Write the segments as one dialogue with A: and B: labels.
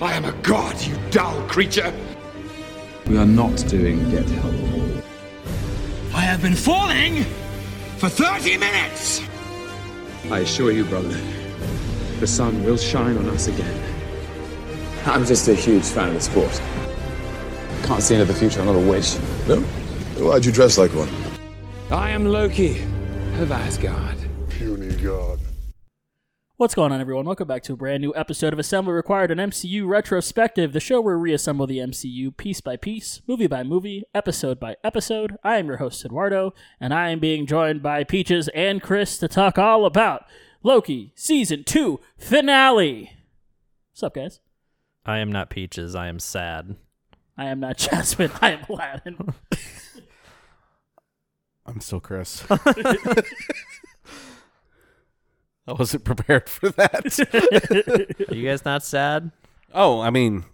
A: I am a god, you dull creature!
B: We are not doing Get Help.
A: I have been falling for 30 minutes!
B: I assure you, brother, the sun will shine on us again. I'm just a huge fan of the sport. Can't see into the future, I'm not a witch.
C: No? Why'd you dress like one?
B: I am Loki of Asgard.
C: Puny god.
D: What's going on, everyone? Welcome back to a brand new episode of Assembly Required, an MCU retrospective, the show where we reassemble the MCU piece by piece, movie by movie, episode by episode. I am your host, Eduardo, and I am being joined by Peaches and Chris to talk all about Loki Season 2 Finale. What's up, guys?
E: I am not peaches. I am sad.
D: I am not Jasmine, I am Aladdin.
F: I'm still Chris. I wasn't prepared for that.
E: Are you guys not sad?
F: oh, I mean,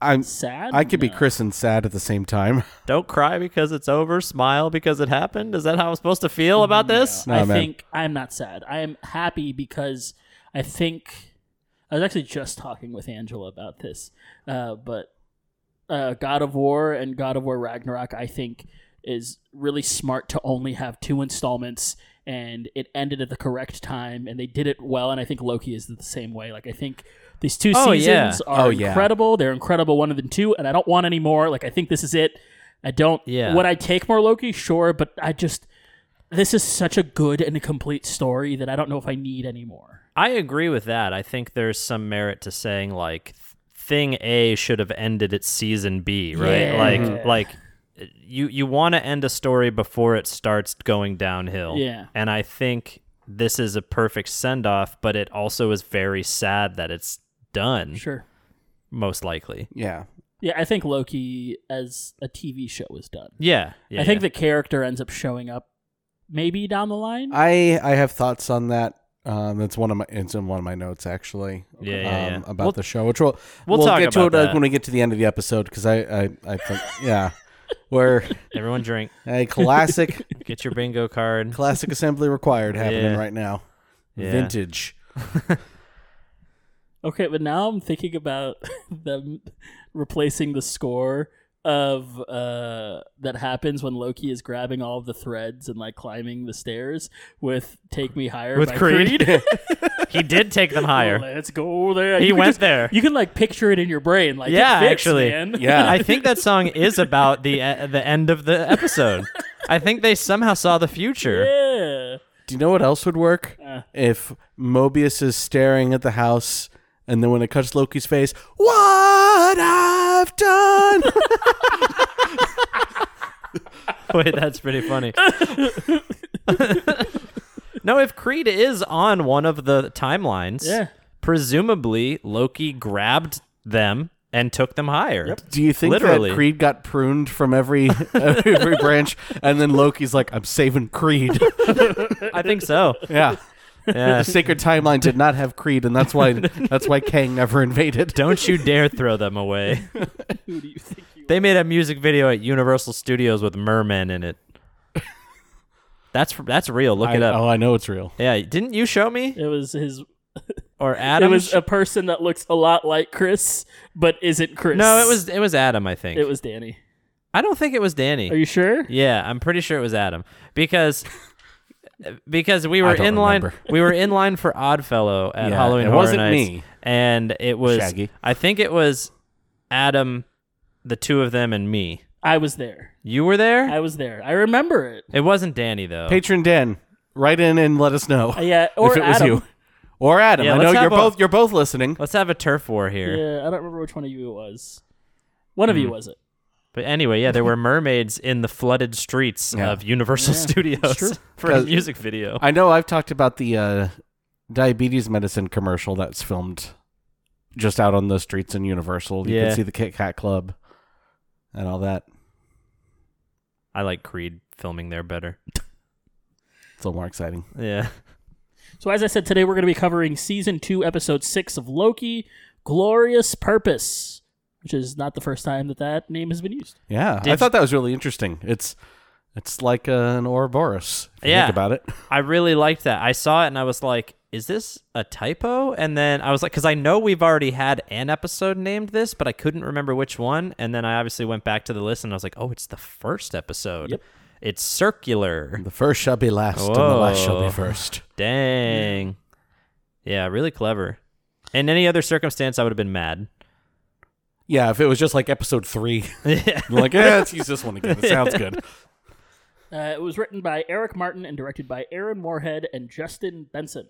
F: I'm
D: Sad?
F: I could be
D: No.
F: Chris and sad at the same time.
E: Don't cry because it's over. Smile because it happened. Is that how I'm supposed to feel about this?
F: No,
D: I
F: man.
D: think I'm not sad. I am happy because I think I was actually just talking with Angela about this. Uh, but uh, God of War and God of War Ragnarok, I think, is really smart to only have two installments, and it ended at the correct time, and they did it well. And I think Loki is the same way. Like I think these two
E: Oh,
D: seasons
E: yeah.
D: are
F: Oh, yeah.
D: incredible. They're incredible one and two, and I don't want any more. Like I think this is it. I don't.
E: Yeah.
D: Would I take more Loki? Sure, but I just this is such a good and complete story that I don't know if I need any more.
E: I agree with that. I think there's some merit to saying like thing A should have ended its season B, right?
D: Yeah.
E: Like like you you want to end a story before it starts going downhill.
D: Yeah.
E: And I think this is a perfect send-off, but it also is very sad that it's done
D: Sure.
E: most likely.
F: Yeah.
D: Yeah, I think Loki as a TV show is done.
E: Yeah. yeah
D: I think
E: yeah.
D: the character ends up showing up maybe down the line.
F: I I have thoughts on that. Um, it's one of my it's in one of my notes actually.
E: Yeah,
F: um,
E: yeah, yeah.
F: About
E: We'll-
F: the show, which we'll
E: we'll talk
F: get to
E: about
F: it uh,
E: that.
F: when we get to the end of the episode because I, I I think yeah, we're
E: everyone drink.
F: a classic
E: Get your bingo card.
F: classic assembly required happening
E: Yeah.
F: right now.
E: Yeah.
F: Vintage.
D: Okay, but now I'm thinking about them replacing the score of uh that happens when Loki is grabbing all of the threads and like climbing the stairs with "Take Me Higher"
E: With
D: by
E: Creed? he did take them higher.
D: Let's go there.
E: He
D: You can
E: went
D: just-
E: there.
D: You can like picture it in your brain. Like
E: yeah,
D: it fits,
E: actually,
D: man.
F: Yeah.
E: I think that song is about the uh, the end of the episode. I think they somehow saw the future.
D: yeah.
F: Do you know what else would work?
D: Uh.
F: If Mobius is staring at the house, and then when it cuts Loki's face, what I've done.
E: Wait, that's pretty funny. no, if Creed is on one of the timelines,
D: Yeah.
E: presumably Loki grabbed them and took them higher.
F: Do you think
E: Literally.
F: that Creed got pruned from every every branch, and then Loki's like, "I'm saving Creed."
E: I think so.
F: yeah.
E: Yeah.
F: The sacred timeline did not have Creed, and that's why that's why Kang never invaded.
E: Don't you dare throw them away. Who do you think you They made a music video at Universal Studios with mermen in it. That's that's real. Look
F: I,
E: it up.
F: Oh, I know it's real.
E: Yeah, didn't you show me
D: It was his.
E: or Adam?
D: It was a person that looks a lot like Chris, but isn't Chris.
E: no, it was it was Adam. I think
D: It was Danny.
E: I don't think it was Danny.
D: Are you sure?
E: yeah, I'm pretty sure it was Adam because because we were
F: don't
E: in line
F: remember.
E: we were in line for Oddfellow at
F: Yeah,
E: Halloween
F: it
E: Horror
F: wasn't
E: Nights,
F: me.
E: and it was
F: Shaggy.
E: I think it was Adam, the two of them, and me.
D: I was there.
E: You were there.
D: I was there. I remember it.
E: it wasn't Danny though.
F: Patron Dan, write in and let us know
D: Uh, yeah, or
F: if it was
D: Adam.
F: you or Adam.
E: Yeah,
F: I
E: let's
F: know
E: have
F: you're
E: a-
F: both you're both listening.
E: Let's have a turf war here.
D: Yeah, I don't remember which one of you it was. One of
E: Hmm.
D: you was it?
E: But anyway, yeah, there were mermaids in the flooded streets
F: Yeah.
E: of Universal
D: true.
E: Studios for a
F: Because-
E: music video.
F: I know I've talked about the uh, diabetes medicine commercial that's filmed just out on the streets in Universal. You
E: Yeah.
F: can see the Kit Kat Club and all that.
E: I like Creed filming there better.
F: It's a little more exciting.
E: Yeah.
D: So as I said, today we're going to be covering season two, episode six of Loki: Glorious Purpose, which is not the first time that that name has been used.
F: Yeah, I
E: Did-
F: thought that was really interesting. It's it's like uh, an Ouroboros. If you
E: Yeah.
F: think about it.
E: I really liked that. I saw it and I was like, is this a typo? And then I was like, because I know we've already had an episode named this, but I couldn't remember which one. And then I obviously went back to the list and I was like, oh, it's the first episode.
D: Yep.
E: It's circular.
F: The first shall be last, and the last shall
E: Whoa.
F: be first.
E: Dang. Yeah, really clever. In any other circumstance, I would have been mad.
F: Yeah, if it was just like episode three,
E: yeah.
F: I'm like, yeah, let's use this one again. It sounds good.
D: Uh, it was written by Eric Martin and directed by Aaron Moorhead and Justin Benson.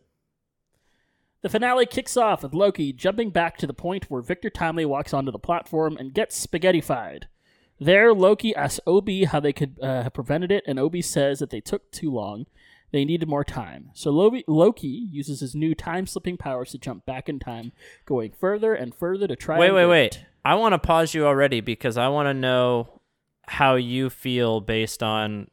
D: The finale kicks off with Loki jumping back to the point where Victor Timely walks onto the platform and gets spaghettified. There, Loki asks Obi how they could uh, have prevented it, and Obi says that they took too long. They needed more time. So Loki, Loki uses his new time slipping powers to jump back in time, going further and further to try.
E: Wait,
D: and
E: wait,
D: get-
E: wait. I want to pause you already because I want to know how you feel based on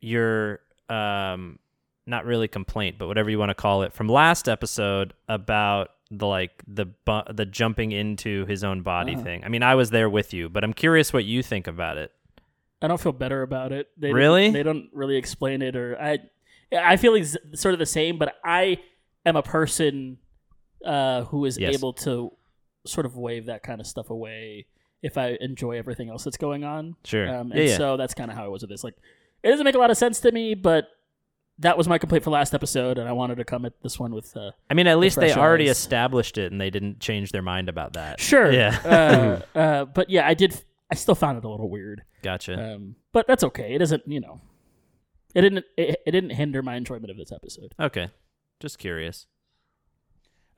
E: your um not really complaint, but whatever you want to call it from last episode about the like the bu- the jumping into his own body thing. I mean, I was there with you, but I'm curious what you think about it.
D: I don't feel better about it. They don't-
E: Really?
D: They don't really explain it, or I, I feel ex- sort of the same. But I am a person uh, who is
E: Yes.
D: able to sort of wave that kind of stuff away if I enjoy everything else that's going on.
E: Sure.
D: Um, and
E: Yeah, yeah.
D: so that's kind of how I was with this. Like, it doesn't make a lot of sense to me, but that was my complaint for last episode, and I wanted to come at this one with. Uh,
E: I mean, at least they
D: fresh
E: already
D: eyes.
E: established it and they didn't change their mind about that.
D: sure.
E: Yeah.
D: uh, uh, but yeah, I did. I still found it a little weird.
E: Gotcha.
D: Um, but that's okay. It doesn't, you know, it didn't it, it didn't hinder my enjoyment of this episode.
E: okay. Just curious.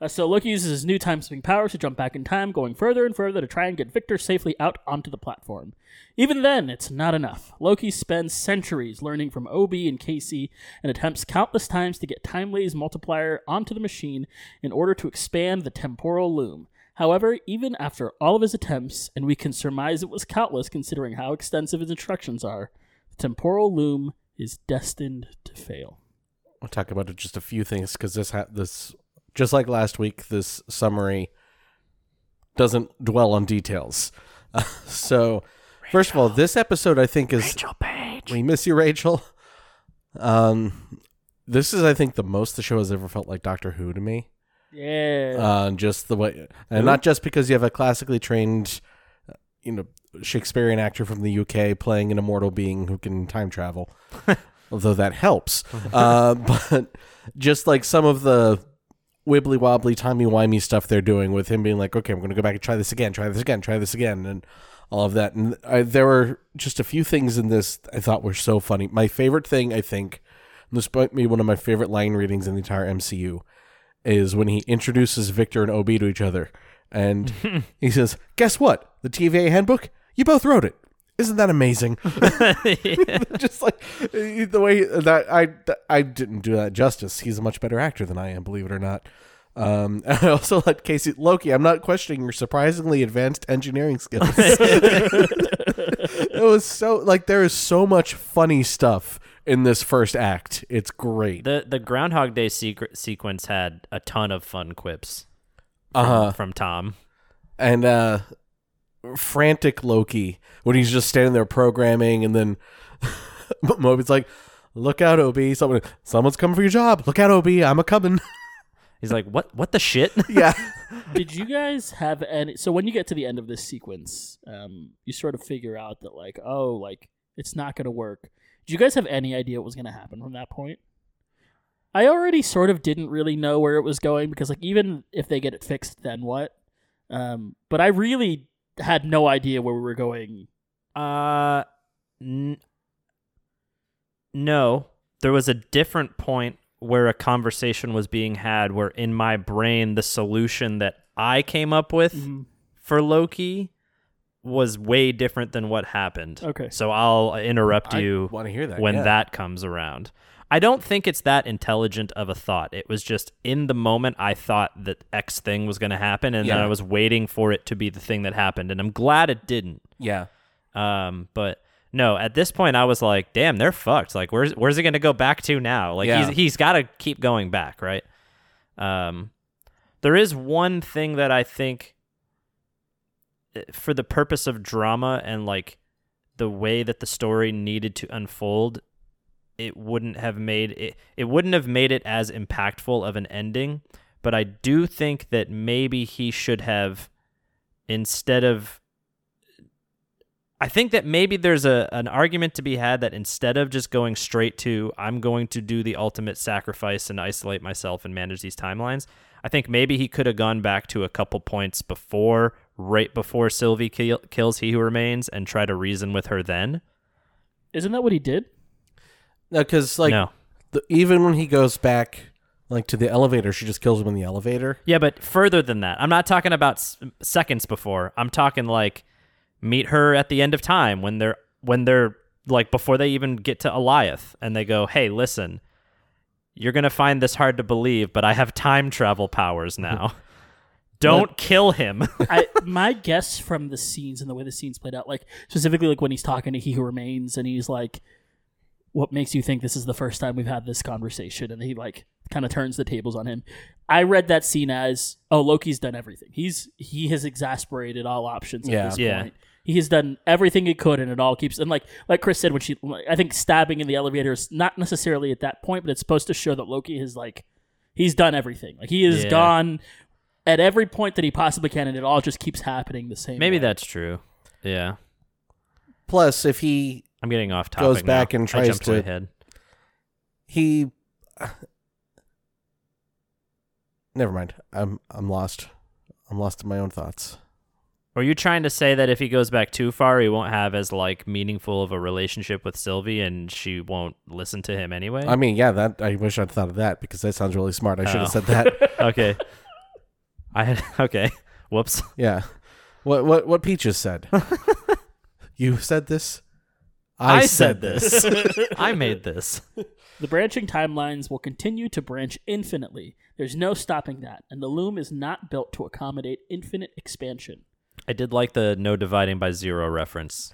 D: Uh, so Loki uses his new time slipping powers to jump back in time, going further and further to try and get Victor safely out onto the platform. Even then, it's not enough. Loki spends centuries learning from Obi and Casey and attempts countless times to get Timely's multiplier onto the machine in order to expand the temporal loom. However, even after all of his attempts, and we can surmise it was countless considering how extensive his instructions are, the temporal loom is destined to fail.
F: We'll talk about just a few things because this ha- this just like last week, this summary doesn't dwell on details. so, first of all, this episode I think is Rachel Page. We miss you, Rachel. Um, this is I think the most the show has ever felt like Doctor Who to me.
D: Yeah.
F: Uh, just the way, and not just because you have a classically trained, uh, you know, Shakespearean actor from the UK playing an immortal being who can time travel, although that helps. uh, but just like some of the wibbly wobbly, timey wimey stuff they're doing with him being like, okay, I'm going to go back and try this again, try this again, try this again, and all of that. And I, there were just a few things in this I thought were so funny. My favorite thing, I think, and this might be one of my favorite line readings in the entire MCU is when he introduces Victor and Obi to each other. And he says, Guess what? The TVA handbook? You both wrote it. Isn't that amazing? Just like eh, the way that I, I didn't do that justice. He's a much better actor than I am, believe it or not. Um, and I also let Casey Loki. I'm not questioning your surprisingly advanced engineering skills. it was so like there is so much funny stuff in this first act. It's great.
E: The the Groundhog Day secret sequence had a ton of fun quips
F: Uh huh.
E: from Tom.
F: and uh frantic Loki when he's just standing there programming and then Moby's like look out Obi someone someone's coming for your job look out Obi I'm a coming
E: He's like, "What? What the shit?"
F: yeah
D: Did you guys have any? So when you get to the end of this sequence, um, you sort of figure out that like, oh, like it's not gonna work. Do you guys have any idea what was gonna happen from that point? I already sort of didn't really know where it was going because like even if they get it fixed, then what? Um, but I really had no idea where we were going.
E: uh, n- no. There was a different point where a conversation was being had, where in my brain the solution that I came up with for Loki was way different than what happened.
D: Okay.
E: So I'll interrupt you
F: want to hear that
E: when
F: yeah.
E: that comes around. I don't think it's that intelligent of a thought. It was just in the moment I thought that X thing was going to happen, and then
F: Yeah.
E: I was waiting for it to be the thing that happened, and I'm glad it didn't.
F: yeah
E: Um, but no, at this point I was like, damn, they're fucked. Like, where's where's it going to go back to now? Like,
F: Yeah.
E: he's he's got to keep going back, right? Um, there is one thing that I think, eh, for the purpose of drama and like the way that the story needed to unfold, i- it wouldn't have made it it wouldn't have made it as impactful of an ending, but I do think that maybe he should have instead of I think that maybe there's a an argument to be had that instead of just going straight to I'm going to do the ultimate sacrifice and isolate myself and manage these timelines, I think maybe he could have gone back to a couple points before right before Sylvie kill, kills he who remains and try to reason with her then.
D: Isn't that what he did?
F: No, because like
E: no.
F: the, even when he goes back, like to the elevator, she just kills him in the elevator.
E: Yeah, but further than that. I'm not talking about s- seconds before. I'm talking like meet her at the end of time when they're when they're like before they even get to Eliath and they go, "Hey, listen. You're going to find this hard to believe, but I have time travel powers now. Don't kill him."
D: I my guess from the scenes and the way the scenes played out, like specifically like when he's talking to He Who Remains and he's like, What makes you think this is the first time we've had this conversation? And he like kind of turns the tables on him. I read that scene as, Oh, Loki's done everything. He's he has exasperated all options at
F: Yeah.
D: this
E: Yeah.
D: point. He has done everything he could and it all keeps and like like Chris said when she like, I think stabbing in the elevator is not necessarily at that point, but it's supposed to show that Loki has like he's done everything. Like he is
E: Yeah.
D: gone at every point that he possibly can, and it all just keeps happening the same.
E: Maybe
D: way.
E: that's true. Yeah.
F: Plus, if he
E: I'm getting off topic.
F: Goes
E: now.
F: back and
E: I
F: tries
E: jumped
F: to-
E: ahead.
F: he, never mind. I'm I'm lost. I'm lost in my own thoughts.
E: Are you trying to say that if he goes back too far, he won't have as like meaningful of a relationship with Sylvie, and she won't listen to him anyway?
F: I mean, yeah, that I wish I'd thought of that because that sounds really smart. I should
E: Oh.
F: have said that.
E: okay. I had okay. Whoops.
F: yeah. What what what Peaches said. you said this. I,
E: I made this.
D: the branching timelines will continue to branch infinitely. There's no stopping that, and the loom is not built to accommodate infinite expansion.
E: I did like the no dividing by zero reference.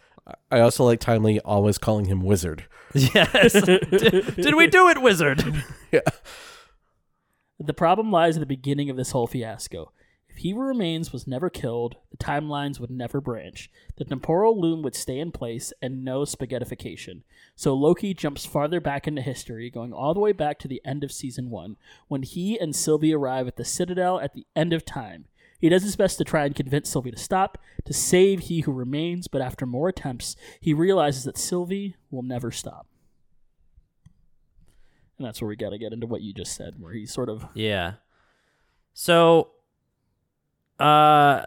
F: I also like Timely always calling him wizard.
E: Yes. did, did we do it, wizard?
D: The problem lies at the beginning of this whole fiasco. If He Who Remains was never killed, the timelines would never branch. The temporal loom would stay in place, and no spaghettification. So Loki jumps farther back into history, going all the way back to the end of season one, when he and Sylvie arrive at the Citadel at the end of time. He does his best to try and convince Sylvie to stop, to save He Who Remains, but after more attempts, he realizes that Sylvie will never stop. And that's where we gotta get into what you just said, where he sort of
E: Yeah. So uh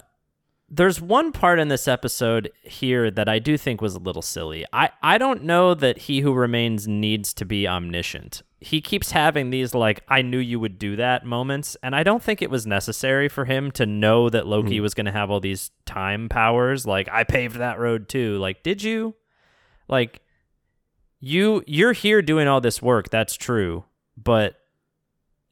E: there's one part in this episode here that I do think was a little silly. I I don't know that he who remains needs to be omniscient. He keeps having these like I knew you would do that moments and I don't think it was necessary for him to know that Loki was going to have all these time powers like I paved that road too. Like did you? Like you you're here doing all this work, that's true, but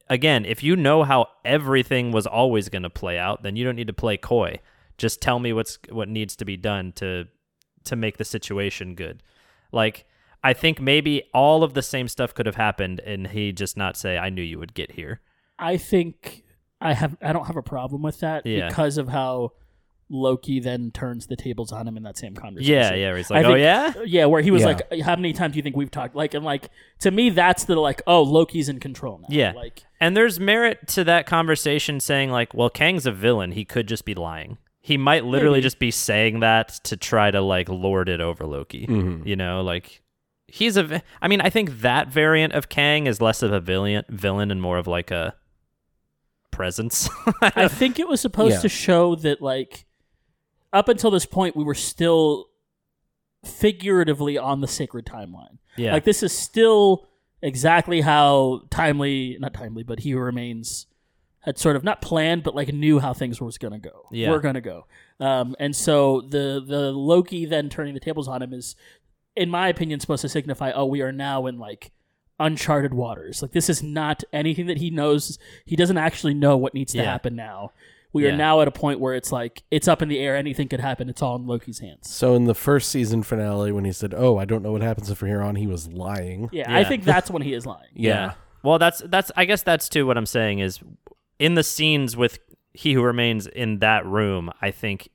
E: again, if you know how everything was always going to play out, then you don't need to play coy. Just tell me what's what needs to be done to to make the situation good. Like I think maybe all of the same stuff could have happened and he just not say I knew you would get here.
D: I think I have I don't have a problem with that
E: Yeah.
D: because of how Loki then turns the tables on him in that same conversation.
E: Yeah, yeah, where he's
D: I
E: like, "Oh,
D: think- uh,
E: yeah?"
D: yeah." Where he was
F: Yeah.
D: like, "How many times do you think we've talked?" Like, and like to me, that's the like, "Oh, Loki's in control now."
E: Yeah.
D: like
E: And there's merit to that conversation saying like, well, Kang's a villain, he could just be lying. He might literally just be saying that to try to like lord it over Loki. You know, like he's a vi- I mean, I think that variant of Kang is less of a villain villain and more of like a presence.
D: I think it was supposed
F: Yeah.
D: to show that like up until this point, we were still figuratively on the sacred timeline.
E: yeah.
D: Like this is still exactly how timely, not timely, but he who remains had sort of not planned, but like knew how things was going to go.
E: Yeah.
D: We're going to go. Um, and so the the Loki then turning the tables on him is, in my opinion, supposed to signify, oh, we are now in like uncharted waters. Like this is not anything that he knows. He doesn't actually know what needs to
E: Yeah.
D: happen now. We
E: Yeah.
D: are now at a point where it's like it's up in the air. Anything could happen. It's all in Loki's hands.
F: So in the first season finale, when he said, "Oh, I don't know what happens from here on," he was lying.
D: Yeah,
E: Yeah.
D: I think that's when he is lying.
E: Yeah. Well, that's that's I guess that's too what I'm saying is in the scenes with he who remains in that room, I think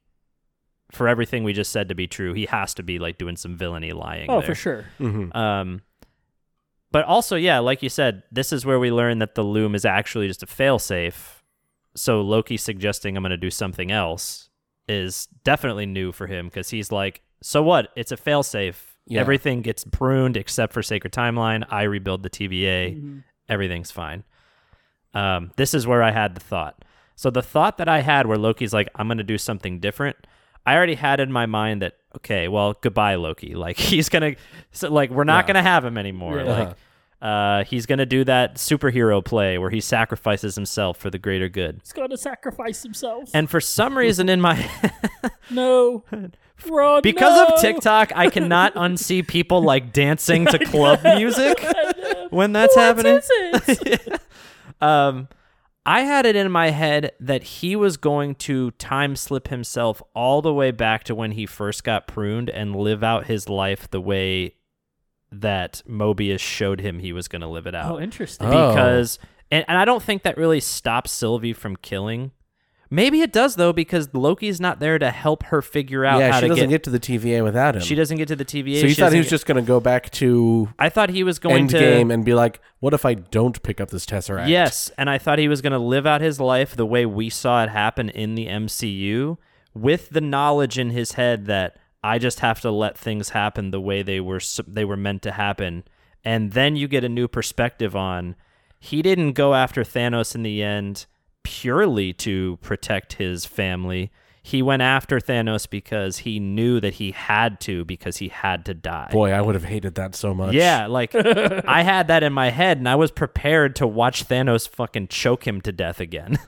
E: for everything we just said to be true, he has to be like doing some villainy lying
D: Oh,
E: there.
D: for sure.
E: Um, But also, yeah, like you said, this is where we learn that the loom is actually just a failsafe. So Loki suggesting I'm going to do something else is definitely new for him because he's like, so what? It's a failsafe.
F: Yeah.
E: Everything gets pruned except for Sacred Timeline. I rebuild the TVA. Everything's fine. Um, this is where I had the thought. So the thought that I had where Loki's like, I'm going to do something different. I already had in my mind that, okay, well, goodbye, Loki. Like he's going to, so, like, we're not going to have him anymore. Like, uh, he's going to do that superhero play where he sacrifices himself for the greater good.
D: He's going to sacrifice himself.
E: And for some reason in my,
D: no, Ron,
E: because
D: no!
E: of TikTok, I cannot unsee people like dancing to club music when that's
D: What
E: happening.
D: is it?
E: Um, I had it in my head that he was going to time slip himself all the way back to when he first got pruned and live out his life the way that Mobius showed him he was going to live it out.
D: oh, interesting.
F: Oh.
E: because and, and I don't think that really stops Sylvie from killing. Maybe it does though because Loki's not there to help her figure out
F: yeah,
E: how
F: she
E: to
F: doesn't
E: get,
F: get, to the TVA without him.
E: She doesn't get to the TVA.
F: So you
E: she
F: thought
E: doesn't
F: he was
E: get-
F: just going to go back to
E: I thought he was going to
F: Endgame and be like, "What if I don't pick up this tesseract?"
E: Yes, and I thought he was going to live out his life the way we saw it happen in the MCU with the knowledge in his head that I just have to let things happen the way they were s- they were meant to happen. And then you get a new perspective on he didn't go after Thanos in the end purely to protect his family. He went after Thanos because he knew that he had to because he had to die.
F: Boy, I would have hated that so much.
E: Yeah, like I had that in my head and I was prepared to watch Thanos fucking choke him to death again.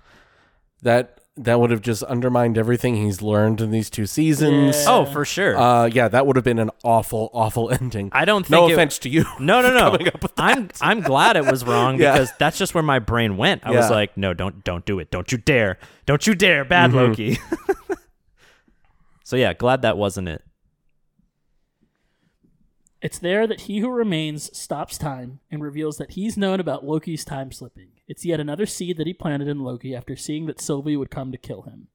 F: that that would have just undermined everything he's learned in these two seasons.
E: oh, for sure.
F: Uh, yeah, that would have been an awful, awful ending.
E: I don't
F: no
E: think it-
F: offense to you.
E: no, no,
F: coming
E: no.
F: up with
E: I'm I'm glad it was wrong
F: Yeah.
E: because that's just where my brain went. I was
F: Yeah.
E: like, no, don't don't do it. Don't you dare. Don't you dare, bad
F: Mm-hmm.
E: Loki. so yeah, glad that wasn't it.
D: It's there that he who remains stops time and reveals that he's known about Loki's time slipping. It's yet another seed that he planted in Loki after seeing that Sylvie would come to kill him.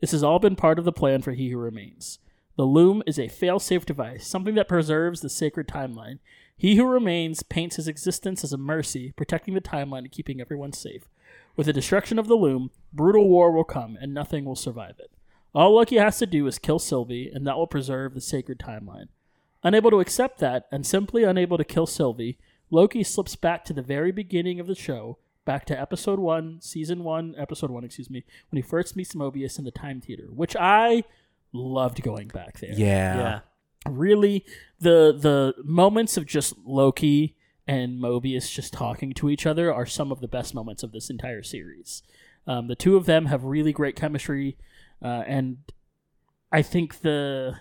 D: This has all been part of the plan for He Who Remains. The loom is a fail-safe device, something that preserves the sacred timeline. He Who Remains paints his existence as a mercy, protecting the timeline and keeping everyone safe. With the destruction of the loom, brutal war will come and nothing will survive it. All Loki has to do is kill Sylvie, and that will preserve the sacred timeline. Unable to accept that, and simply unable to kill Sylvie, Loki slips back to the very beginning of the show, back to episode one, season one, episode one, excuse me, when he first meets Mobius in the Time Theater, which I loved going back there.
F: Yeah.
D: Really, the the moments of just Loki and Mobius just talking to each other are some of the best moments of this entire series. Um, the two of them have really great chemistry, uh, and I think the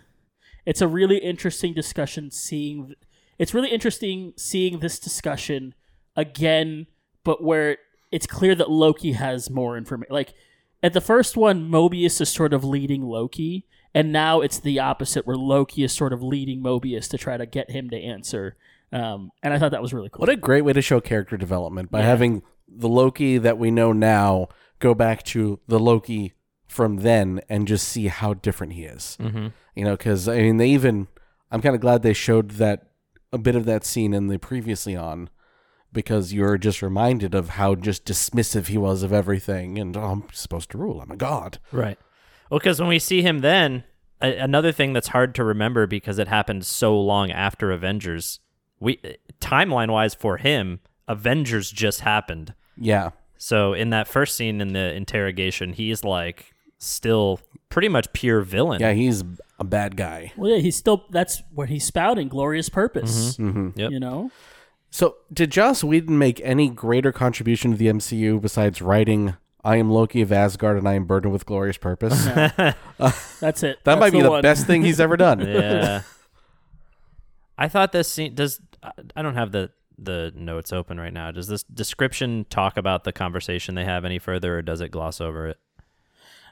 D: it's a really interesting discussion seeing it's really interesting seeing this discussion again but where it's clear that loki has more information like at the first one mobius is sort of leading loki and now it's the opposite where loki is sort of leading mobius to try to get him to answer um, and i thought that was really cool
F: What a great way to show character development by having the Loki that we know now go back to the Loki from then and just see how different he is. Mm-hmm. You know, because I mean, they even I'm kind of glad they showed that a bit of that scene in the previously on because you're just reminded of how just dismissive he was of everything and oh, I'm supposed to rule. I'm a god.
E: Right. Well, because when we see him then, a- another thing that's hard to remember because it happened so long after Avengers, we timeline wise for him, Avengers just happened.
F: Yeah.
E: So in that first scene in the interrogation, he's like still pretty much pure villain.
F: Yeah, he's a bad guy.
D: well yeah he's still that's where he's spouting glorious purpose
E: Yep.
D: you know
F: So, did Joss Whedon make any greater contribution to the MCU besides writing "I am Loki of Asgard and I am burdened with glorious purpose"? that
D: that's it
F: might be the,
D: one.
F: best thing he's ever done.
E: Yeah. I thought this scene does. I- I don't have the the notes open right now. Does this description talk about the conversation they have any further, or does it gloss over it?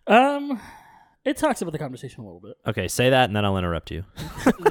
D: um it talks about the conversation a little bit
E: Okay, say that, and then I'll interrupt you.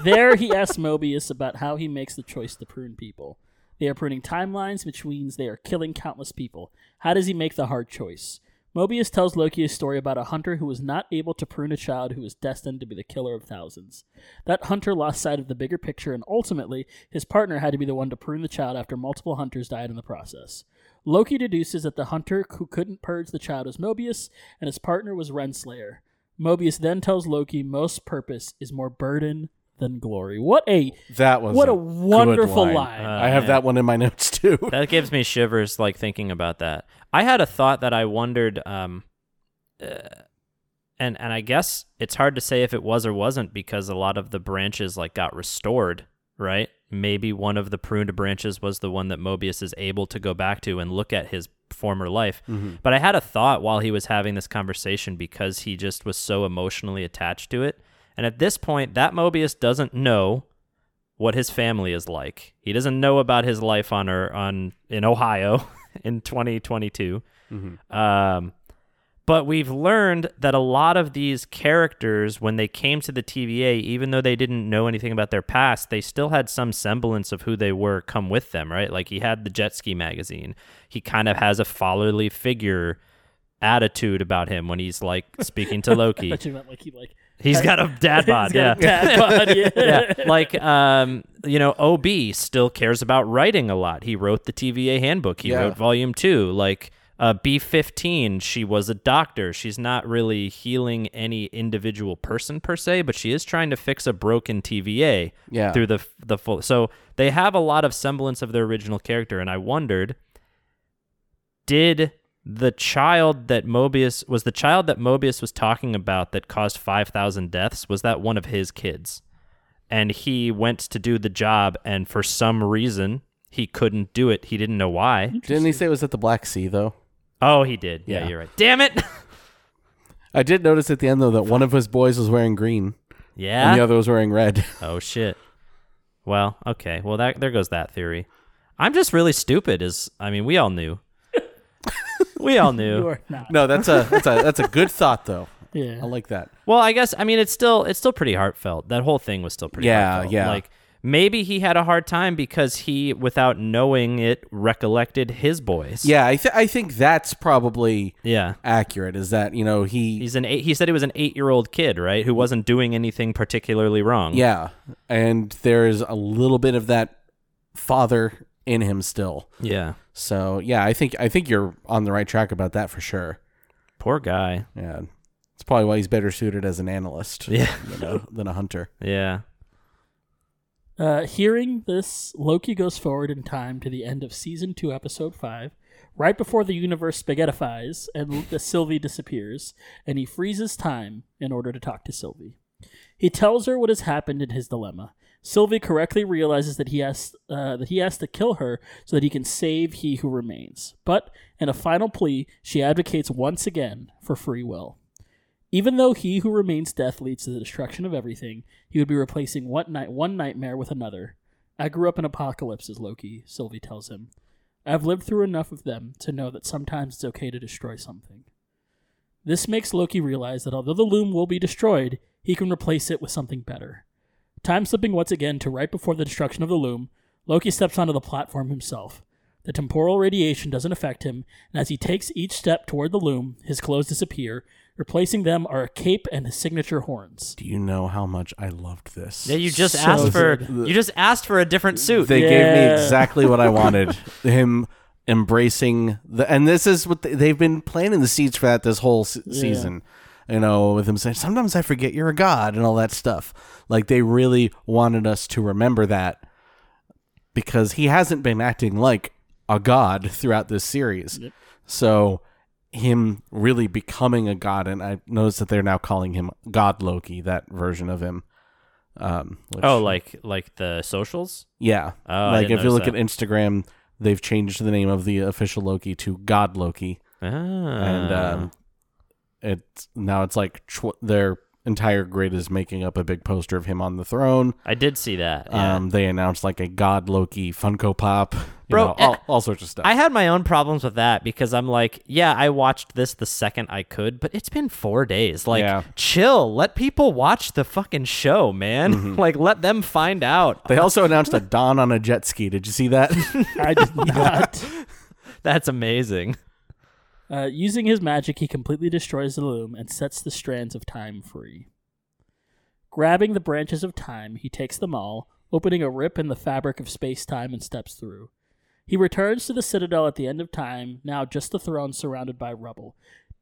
D: there he asks Mobius about how he makes the choice to prune people. They are pruning timelines, which means they are killing countless people. How does he make the hard choice? Mobius tells Loki a story about a hunter who was not able to prune a child who was destined to be the killer of thousands. That hunter lost sight of the bigger picture, and ultimately, his partner had to be the one to prune the child after multiple hunters died in the process. Loki deduces that the hunter who couldn't purge the child was Mobius, and his partner was Renslayer. Mobius then tells Loki most purpose is more burden than glory. What a
F: That was
D: what a,
F: a good
D: wonderful
F: line.
D: line.
F: I have that one in my notes too.
E: that gives me shivers like thinking about that i had a thought that i wondered um uh, and and i guess it's hard to say if it was or wasn't because a lot of the branches like got restored right maybe one of the pruned branches was the one that mobius is able to go back to and look at his former life but i had a thought while he was having this conversation because he just was so emotionally attached to it and at this point that mobius doesn't know what his family is like. He doesn't know about his life on or on in Ohio in 2022. Um, but we've learned that a lot of these characters, when they came to the TVA, even though they didn't know anything about their past, they still had some semblance of who they were come with them, right? Like he had the jet ski magazine. He kind of has a fatherly figure attitude about him when he's like speaking to Loki.
D: But you meant like he like
E: He's got a dad
D: he's
E: bod,
D: got a
E: yeah
D: dad bod, yeah.
E: yeah, like um, you know, OB still cares about writing a lot. He wrote the TVA handbook. He
F: Yeah.
E: wrote volume two. Like uh, B fifteen, she was a doctor. She's not really healing any individual person per se, but she is trying to fix a broken TVA.
F: Yeah.
E: through the the full. So they have a lot of semblance of their original character, and I wondered, did the child that Mobius was the child that Mobius was talking about that caused five thousand deaths was that one of his kids? and he went to do the job and for some reason he couldn't do it he didn't know why
F: Didn't he say it was at the Black Sea though?
E: oh he did yeah,
F: Mm-hmm. Yeah.
E: you're right damn it
F: I did notice at the end though that one of his boys was wearing green and the
E: yeah
F: other was wearing red.
E: oh shit well okay well that there goes that theory i'm just really stupid is i mean we all knew we all knew
D: Or not.
F: no, that's a that's a that's a good thought though.
D: Yeah.
F: I like that.
E: Well, I guess I mean it's still it's still pretty heartfelt. That whole thing was still pretty
F: Yeah,
E: heartfelt.
F: yeah.
E: Like maybe he had a hard time because he without knowing it recollected his boys.
F: Yeah, I th- I think that's probably
E: Yeah.
F: accurate. Is that you know he
E: He's an eight, he said he was an 8-year-old kid, right? Who wasn't doing anything particularly wrong.
F: yeah, and there's a little bit of that father in him still.
E: Yeah.
F: So yeah, I think I think you're on the right track about that for sure.
E: Poor guy.
F: Yeah, it's probably why he's better suited as an analyst
E: Yeah.
F: than, a, than a hunter.
E: Yeah.
D: Uh, hearing this, Loki goes forward in time to the end of season two, episode five, right before the universe spaghettifies and the Sylvie disappears, and he freezes time in order to talk to Sylvie. He tells her what has happened in his dilemma. Sylvie correctly realizes that he has uh, that he has to kill her so that he can save he who remains. But in a final plea, she advocates once again for free will. Even though he who remains death leads to the destruction of everything, he would be replacing one night one nightmare with another. I grew up in apocalypses, Loki, Sylvie tells him. I've lived through enough of them to know that sometimes it's okay to destroy something. This makes Loki realize that although the loom will be destroyed, he can replace it with something better. Time slipping once again to right before the destruction of the loom, Loki steps onto the platform himself. The temporal radiation doesn't affect him, and as he takes each step toward the loom, his clothes disappear. Replacing them are a cape and his signature horns.
F: Do you know how much I loved this?
E: Yeah, you just
D: So
E: asked for
F: good.
E: you just asked for a different suit.
F: They gave
D: Yeah.
F: me exactly what I wanted. Him embracing the, and this is what they, they've been planting the seeds for that this whole se- season. You know, with him saying, "Sometimes I forget you're a god" and all that stuff. Like they really wanted us to remember that because he hasn't been acting like a god throughout this series. So him really becoming a god, and I noticed that they're now calling him God Loki, that version of him. Um, which-
E: oh, like like the socials?
F: yeah.
E: Oh, I
F: like
E: didn't
F: if you look
E: notice
F: at Instagram, they've changed the name of the official Loki to God Loki,
E: Ah.
F: and um, it's now it's like tw- their entire grid is making up a big poster of him on the throne.
E: I did see that. yeah.
F: Um, they announced like a God Loki Funko Pop, you
E: Bro,
F: know, all, all sorts of stuff.
E: I had my own problems with that because I'm like, yeah, I watched this the second I could, but it's been four days. Like,
F: Yeah.
E: chill. Let people watch the fucking show, man. like, let them find out.
F: they also announced a Don on a jet ski. Did you see that?
D: I did not.
E: That's amazing.
D: Uh, using his magic, he completely destroys the loom and sets the strands of time free. Grabbing the branches of time, he takes them all, opening a rip in the fabric of space time and steps through. He returns to the citadel at the end of time, now just the throne surrounded by rubble.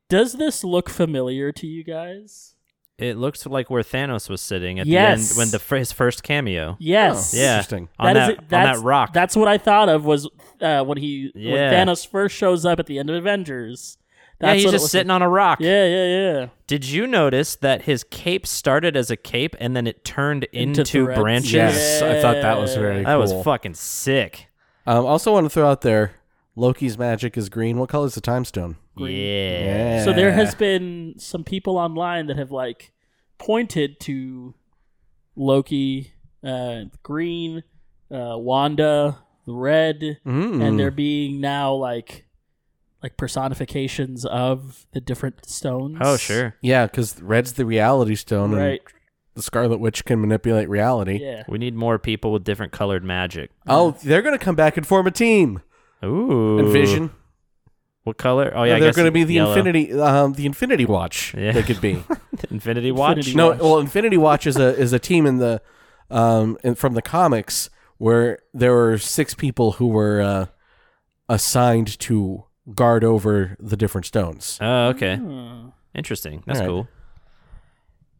D: Does this look familiar to you guys?
E: It looks like where Thanos was sitting at the
D: Yes.
E: end when the fr- his first cameo.
D: Yes.
E: Yeah,
F: Interesting.
E: On that,
D: is it.
E: on that rock.
D: That's what I thought of was uh, when he
E: Yeah.
D: when Thanos first shows up at the end of Avengers.
E: yeah,
D: That's
E: he's
D: what it
E: just
D: was-
E: sitting on a rock.
D: Yeah, yeah, yeah.
E: Did you notice that his cape started as a cape and then it turned into,
D: Into threads.
E: branches?
F: Yes, I thought that was very
E: That was
F: cool.
E: fucking sick.
F: Um, also, want to throw out there Loki's magic is green. What color is the time stone?
E: Yeah.
D: So there has been some people online that have like pointed to Loki, uh, Green, uh, Wanda, the Red,
F: Mm.
E: Hmm.
D: and there being now like like personifications of the different stones.
E: Oh, sure.
F: Yeah, because red's the reality stone, and
D: Right.
F: the Scarlet Witch can manipulate reality.
D: Yeah.
E: We need more people with different colored magic.
F: Oh, they're gonna come back and form a team.
E: Ooh.
F: And Vision.
E: What color? Oh, yeah. I
F: they're
E: guess
F: gonna be the
E: yellow.
F: Infinity, um, the Infinity Watch.
E: Yeah.
F: They could be.
E: Infinity Watch.
D: Infinity
F: no,
D: Watch.
F: well, Infinity Watch is a is a team in the, um, in, from the comics where there were six people who were uh, assigned to guard over the different stones.
E: Oh, okay. Interesting. That's
F: All right.
E: cool.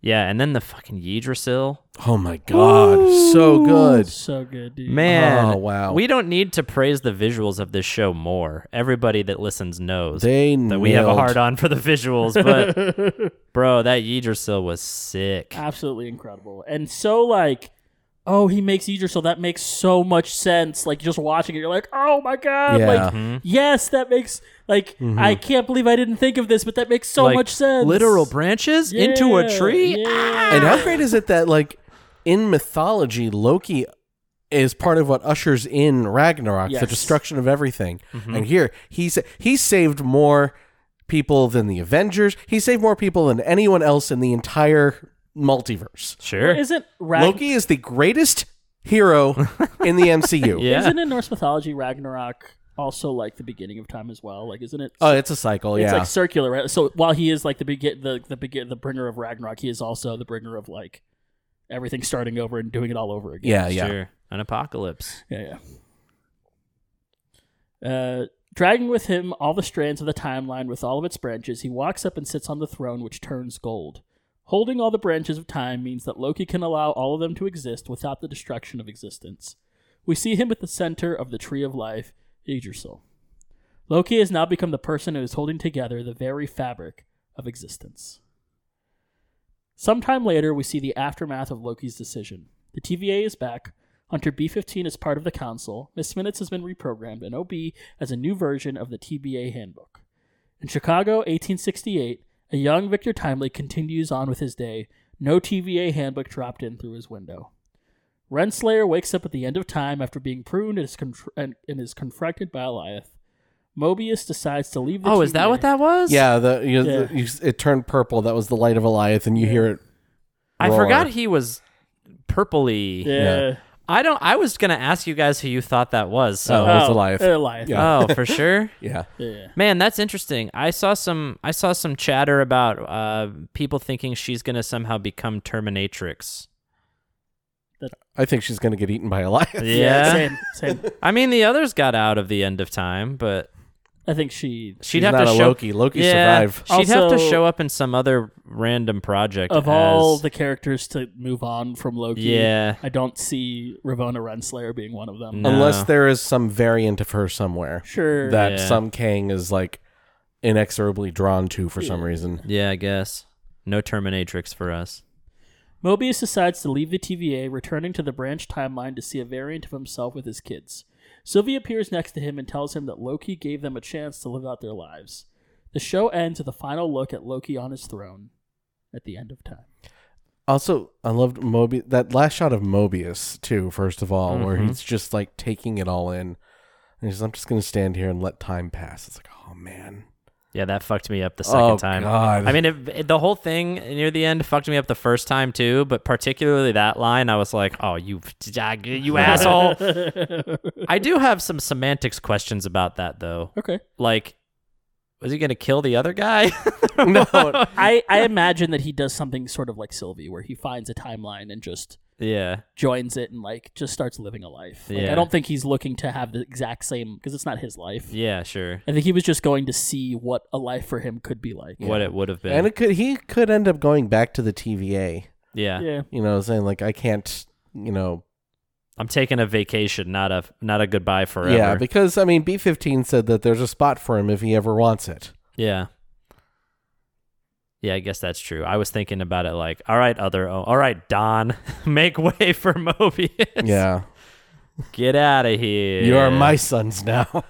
E: Yeah, and then the fucking Yggdrasil.
F: Oh my God, so good.
D: So good, dude.
E: Man,
F: Oh, wow.
E: We don't need to praise the visuals of this show more. Everybody that listens knows
F: They
E: that we have a
F: nailed-
E: hard on for the visuals, but bro, that Yggdrasil was sick.
D: absolutely incredible and so like oh he makes Idris, so that makes so much sense like just watching it you're like oh my god
F: Yeah.
D: like yes that makes like i can't believe i didn't think of this but that makes so
E: Mm-hmm. Like,
D: much sense
E: Literal branches into a
D: Yeah,
E: tree.
D: yeah.
F: And how great is it that like in mythology, Loki is part of what ushers in Ragnarok, the
D: Yes.
F: destruction of everything. And here he's he saved more people than the Avengers. He saved more people than anyone else in the entire multiverse.
E: Sure.
D: isn't Ragn-
F: Loki is the greatest hero in the MCU.
E: Yeah.
D: isn't in norse mythology ragnarok also like the beginning of time as well like isn't it
F: Oh, it's a cycle.
D: it's
F: Yeah.
D: like circular right so while he is like the begin the the begin the bringer of ragnarok he is also the bringer of like everything starting over and doing it all over again
F: Uh, yeah, yeah.
E: Sure. An apocalypse.
D: Yeah, yeah. Uh, dragging with him all the strands of the timeline with all of its branches, he walks up and sits on the throne, which turns gold. Holding all the branches of time means that Loki can allow all of them to exist without the destruction of existence. We see him at the center of the Tree of Life, Yggdrasil. Loki has now become the person who is holding together the very fabric of existence. Sometime later, we see the aftermath of Loki's decision. The TVA is back. Hunter B15 is part of the council. Miss Minutes has been reprogrammed, and OB as a new version of the TBA handbook. In Chicago, 1868, a young Victor Timely continues on with his day. No TVA handbook dropped in through his window. Renslayer wakes up at the end of time after being pruned and is, contr and, and is confronted by Eliath. Mobius decides to leave the
E: Oh, is that
D: TVA
E: what that was?
F: Yeah, the, you know, the-
D: Yeah.
F: you s- it turned purple. That was the light of Eliath, and you hear it.
E: I
F: roar.
E: forgot he was purpley.
D: Yeah.
E: I don't I was gonna ask you guys who you thought that was.
F: Oh,
E: So
F: it was Eliath.
D: Eliath.
F: Yeah.
E: Oh, for sure.
F: Yeah,
D: yeah.
E: Man, that's interesting. I saw some I saw some chatter about uh, people thinking she's gonna somehow become Terminatrix.
F: I think she's gonna get eaten by Eliath.
E: Yeah.
D: Same. Same.
E: I mean the others got out of the end of time, but
D: I think she
E: she'd
F: She's
E: have
F: not
E: to
F: a
E: show
F: Loki. Loki
E: yeah,
F: survived.
E: She'd have to
D: Also-
E: show up in some other random project
D: of all
E: as-
D: the characters to move on from Loki.
E: Yeah.
D: I don't see Ravona Renslayer being one of them.
E: No.
F: Unless there is some variant of her somewhere
D: Sure.
F: that
E: Yeah.
F: some Kang is like inexorably drawn to for some reason.
E: Yeah, I guess. No Terminatrix for us.
D: Mobius decides to leave the TVA, returning to the branch timeline to see a variant of himself with his kids. Sylvie appears next to him and tells him that Loki gave them a chance to live out their lives. The show ends with a final look at Loki on his throne at the end of time.
F: Also, I loved Mobius. That last shot of Mobius, too, first of all, where he's just like taking it all in. And he's, I'm just going to stand here and let time pass. It's like, oh, man.
E: Yeah, that fucked me up the second
F: Oh,
E: time.
F: God.
E: I mean, it, it- the whole thing near the end fucked me up the first time too, but particularly that line, I was like, "Oh, you, you asshole!" I do have some semantics questions about that though.
D: Okay.
E: Like, was he going to kill the other guy?
F: No,
D: I, I imagine that he does something sort of like Sylvie, where he finds a timeline and just
E: yeah.
D: joins it and like just starts living a life. Like,
E: Yeah.
D: I don't think he's looking to have the exact same because it's not his life.
E: Yeah, sure.
D: I think he was just going to see what a life for him could be like.
E: What it would have been.
F: and it could he could end up going back to the TVA.
E: yeah.
D: Yeah.
F: You know, saying like I can't. You know,
E: I'm taking a vacation, not a not a goodbye forever.
F: yeah, because I mean, B fifteen said that there's a spot for him if he ever wants it.
E: yeah. Yeah, I guess that's true. I was thinking about it like, all right, other, oh, all right, Don, make way for Mobius.
F: Yeah,
E: Get out of here.
F: you are my sons now.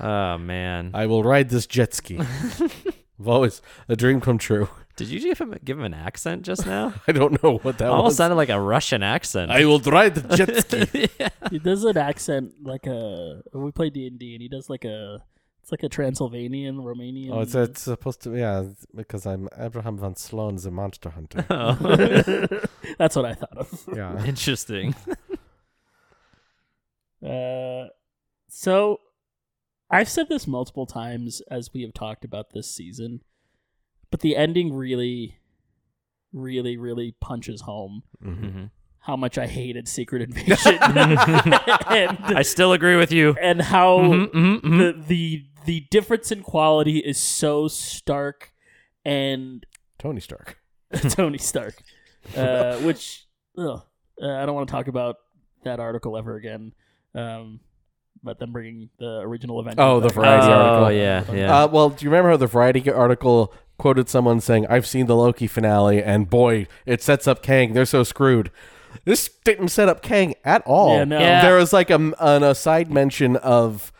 E: Oh man.
F: I will ride this jet ski. I've always a dream come true.
E: Did you give him give him an accent just now?
F: I don't know what that
E: Almost
F: was.
E: sounded like a Russian accent.
F: I will ride the jet ski.
D: He does an accent like a. We play D and D, and he does like a. It's like a Transylvanian, Romanian.
F: Oh, it's, it's supposed to yeah, it's because I'm Abraham von Sloan, the monster hunter.
D: That's what I thought of.
F: yeah,
E: Oh, Interesting.
D: Uh, so I've said this multiple times as we have talked about this season, but the ending really, really, really punches home
E: Mm-hmm.
D: how much I hated Secret Invasion and,
E: I still agree with you.
D: and how
F: Oh.
E: Mm, mm.
D: the, the the difference in quality is so stark and
F: Tony Stark.
D: Tony Stark, uh, which ugh, uh, I don't want to talk about that article ever again. Um, about them bringing the original Avengers.
F: Oh, the
D: back. Uh,
F: Variety
E: Oh
F: article.
E: yeah, yeah.
F: Uh, well, do you remember how the Variety article quoted someone saying, "I've seen the Loki finale, and boy, it sets up Kang. They're so screwed." This didn't set up Kang at all.
D: Yeah, no. Yeah.
F: There was like a, an aside mention of,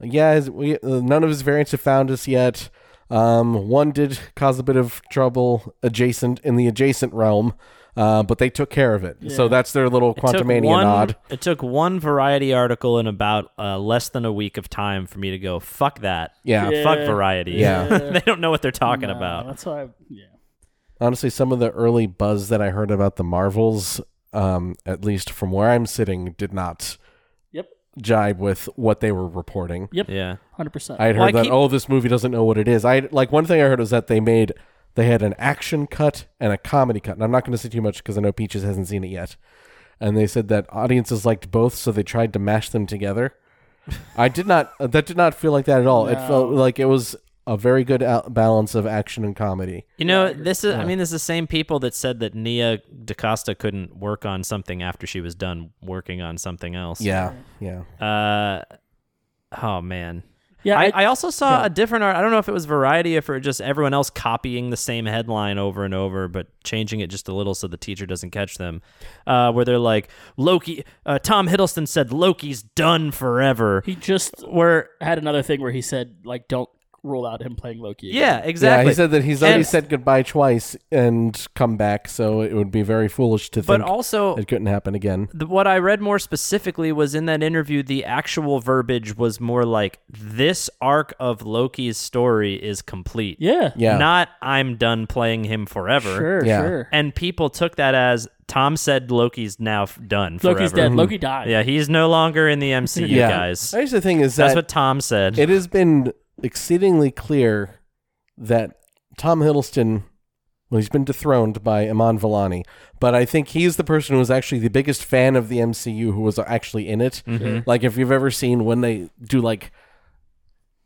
F: yeah, his, we, uh, none of his variants have found us yet. Um, one did cause a bit of trouble adjacent in the adjacent realm, uh, but they took care of it. So that's their little
E: took
F: Quantumania
E: one,
F: nod.
E: It took one variety article in about uh, less than a week of time for me to go, fuck that.
F: Yeah.
D: Yeah.
E: Fuck variety.
F: Yeah.
E: they don't know what they're talking
D: No,
E: about.
D: uh, That's why. I, yeah.
F: honestly some of the early buzz that i heard about the marvels um, at least from where i'm sitting did not
D: Yep.
F: jibe with what they were reporting
E: Yeah.
D: Hundred percent.
F: i had heard
E: Well, I
F: that
E: keep-
F: oh this movie doesn't know what it is i like one thing i heard was that they made they had an action cut and a comedy cut and i'm not going to say too much because i know peaches hasn't seen it yet and they said that audiences liked both so they tried to mash them together i did not that did not feel like that at all it felt like it was a very good al- balance of action and comedy
E: You know, this is I mean, this is the same people that said that Nia DaCosta couldn't work on something after she was done working on something else.
F: yeah yeah
E: Uh oh man.
D: Yeah,
E: I,
D: I-
E: I also saw a different art. I don't know if it was Variety or if it were just everyone else copying the same headline over and over, but changing it just a little so the teacher doesn't catch them. Uh, where they're like, Loki, uh, Tom Hiddleston said Loki's done forever.
D: He just
E: where,
D: had another thing where he said like, don't rule out him playing Loki. again.
E: yeah, exactly.
F: Yeah, he said that he's already
E: And-
F: said goodbye twice and come back, so it would be very foolish to
E: But
F: think
E: also,
F: it couldn't happen again.
E: the, what I read more specifically was in that interview, the actual verbiage was more like, this arc of Loki's story is complete.
D: Yeah.
F: Yeah.
E: Not, I'm done playing him forever.
D: Sure.
F: Yeah.
D: Sure.
E: and people took that as Tom said Loki's now f- done. Forever.
D: Loki's dead. Loki died.
E: Yeah, he's no longer in the MCU,
F: Mm-hmm. yeah,
E: guys.
F: Here's the thing: is
E: That's
F: that
E: what Tom said.
F: it has been exceedingly clear that Tom Hiddleston, well, he's been dethroned by Iman Vellani, but I think he's the person who was actually the biggest fan of the MCU who was actually in it. Like, if you've ever seen when they do like.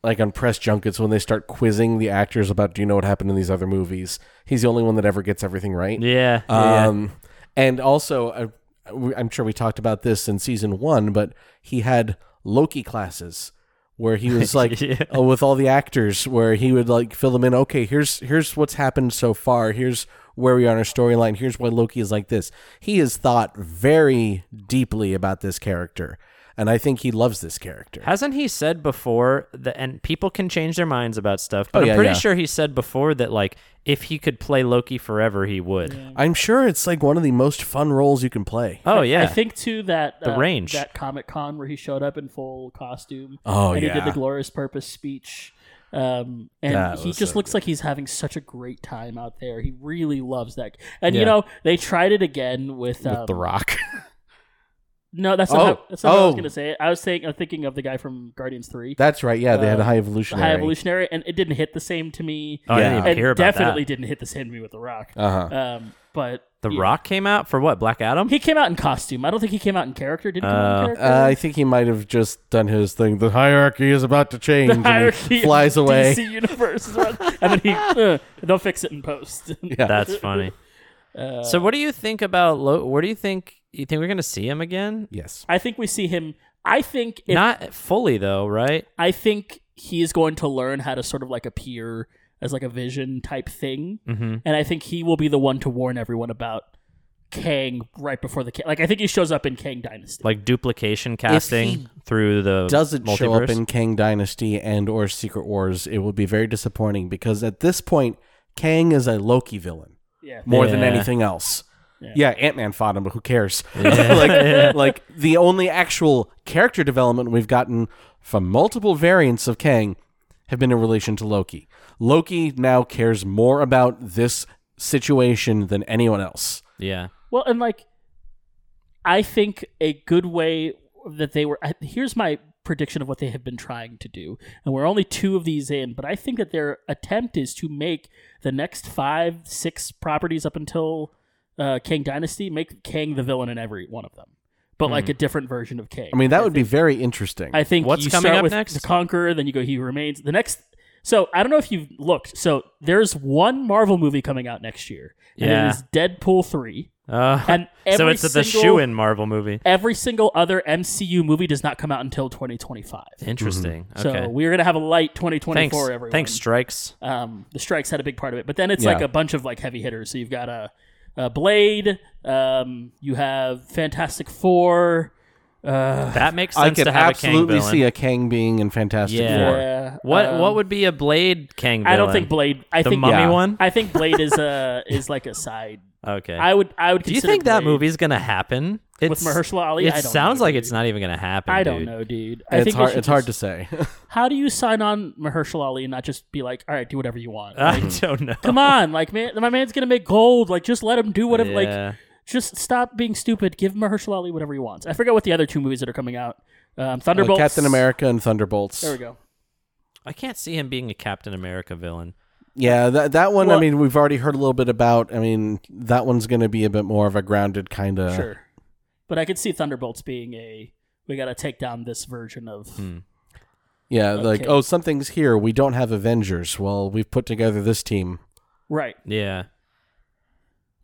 F: Like on press junkets, when they start quizzing the actors about, do you know what happened in these other movies? He's the only one that ever gets everything right.
E: yeah, yeah.
F: Um, And also, I, I'm sure we talked about this in season one, but he had Loki classes where he was like
E: Yeah.
F: uh, with all the actors, where he would like fill them in. Okay, here's here's what's happened so far. Here's where we are in our storyline. Here's why Loki is like this. He has thought very deeply about this character, and I think he loves this character.
E: Hasn't he said before that? And people can change their minds about stuff, but
F: Oh, yeah,
E: I'm pretty
F: yeah.
E: sure he said before that like if he could play Loki forever, he would.
F: I'm sure it's like one of the most fun roles you can play.
E: Oh yeah,
D: I think too that
E: The
D: uh,
E: range.
D: that Comic Con where he showed up in full costume.
F: Oh,
D: and he
F: yeah.
D: did the glorious purpose speech. Um, and
F: That
D: he
F: was
D: just
F: so
D: looks like he's having such a great time out there. He really loves that. And
E: Yeah.
D: you know they tried it again with, um,
F: The Rock.
D: No, that's not.
F: Oh.
D: How, that's not what I was
F: Oh.
D: gonna say. I was saying I'm thinking of the guy from Guardians Three,
F: That's right. Yeah, they
E: Uh,
F: had a high
D: the
F: evolutionary.
D: High Evolutionary, and it didn't hit the same to me.
E: Oh, I didn't
F: Yeah.
E: even
D: and
E: hear about
D: definitely
E: that.
D: didn't hit the same to me with the Rock.
F: Uh-huh.
D: Um, but
E: The
D: yeah.
E: Rock came out for what? Black Adam?
D: He came out in costume. I don't think he came out in character. Did he come out in character?
F: Uh, I think he might have just done his thing. The hierarchy is about to change. and he
D: Hierarchy of
F: flies away.
D: DC universe, is what- and then he uh, they'll fix it in post.
E: That's funny.
D: Uh,
E: so what do you think about Lo- what do you think you think we're going to see him again?
F: Yes.
D: I think we see him. I think if,
E: Not fully though, right?
D: I think he's going to learn how to sort of like appear as like a vision type thing,
F: Mm-hmm.
D: and I think he will be the one to warn everyone about Kang right before the Kang. Like I think he shows up in Kang Dynasty.
E: Like duplication casting through the
F: Doesn't
E: multiverse.
F: show up in Kang Dynasty and or Secret Wars, it will be very disappointing because at this point, Kang is a Loki villain
D: yeah,
F: more than
E: Yeah.
F: anything else. Yeah, Ant Man fought him, but who cares? like, like the only actual character development we've gotten from multiple variants of Kang have been in relation to Loki. Loki now cares more about this situation than anyone else.
E: yeah.
D: Well, and like, I think a good way that they were. I- Here's my prediction of what they have been trying to do, and we're only two of these in, but I think that their attempt is to make the next five, six properties up until uh, Kang Dynasty make Kang the villain in every one of them, but like a different version of Kang.
F: I mean, that would be very interesting.
D: I think
E: Hmm. What's
D: you
E: coming
D: start
E: up
D: with
E: next?
D: the Conqueror, then you go He Remains. The next, so I don't know if you've looked. So there's one Marvel movie coming out next year, and
E: Yeah.
D: it is Deadpool three.
E: Uh,
D: And
E: so
D: every
E: it's the
D: single-
E: shoe in Marvel movie.
F: Mm-hmm.
D: every single other MCU movie does not come out until 2025.
E: Interesting. Okay.
D: So we're gonna have a light 2024.
E: Thanks.
D: Everyone.
E: Thanks strikes.
D: Um, the strikes had a big part of it, but then it's
F: Yeah.
D: like a bunch of like heavy hitters. So you've got a, a Blade. Um, you have Fantastic Four.
E: That makes sense
F: I could
E: to have
F: absolutely
E: a Kang villain.
F: see a Kang being in Fantastic
E: Yeah.
F: Four.
D: Yeah.
E: what
D: um,
E: what would be a Blade Kang villain?
D: I don't think Blade. I
E: the
D: think
E: mummy
F: yeah.
E: one.
D: I think Blade is a is like a side.
E: okay.
D: I would I would.
E: Do you
D: consider
E: think that
D: Blade-
E: movie's gonna happen? It's,
D: Mahershala Ali?
E: It
D: I don't
E: sounds
D: know,
E: like
D: dude.
E: it's not even gonna happen.
D: I don't
E: dude.
D: know, dude. I
F: It's
D: think we
F: hard.
D: should
F: It's hard to
D: just-
F: say.
D: How do you sign on Mahershala Ali and not just be like, all right, do whatever you want?
E: I don't know.
D: come on, like man, my man's gonna make gold. Like just let him do whatever.
E: Yeah.
D: Like just stop being stupid. Give Mahershala Ali whatever he wants. I forget what the other two movies that are coming out. Um,
F: Uh,
D: Thunderbolts,
F: Captain America and Thunderbolts.
D: There we go.
E: I can't see him being a Captain America villain.
F: Yeah, that that one.
D: Well-
F: I mean, we've already heard a little bit about. I mean, that one's going to be a bit more of a grounded kind of.
D: Sure, but I could see Thunderbolts being a we got to take down this version of.
F: Yeah, like
D: Okay.
F: oh, something's here. We don't have Avengers. Well, we've put together this team.
D: Right.
E: Yeah.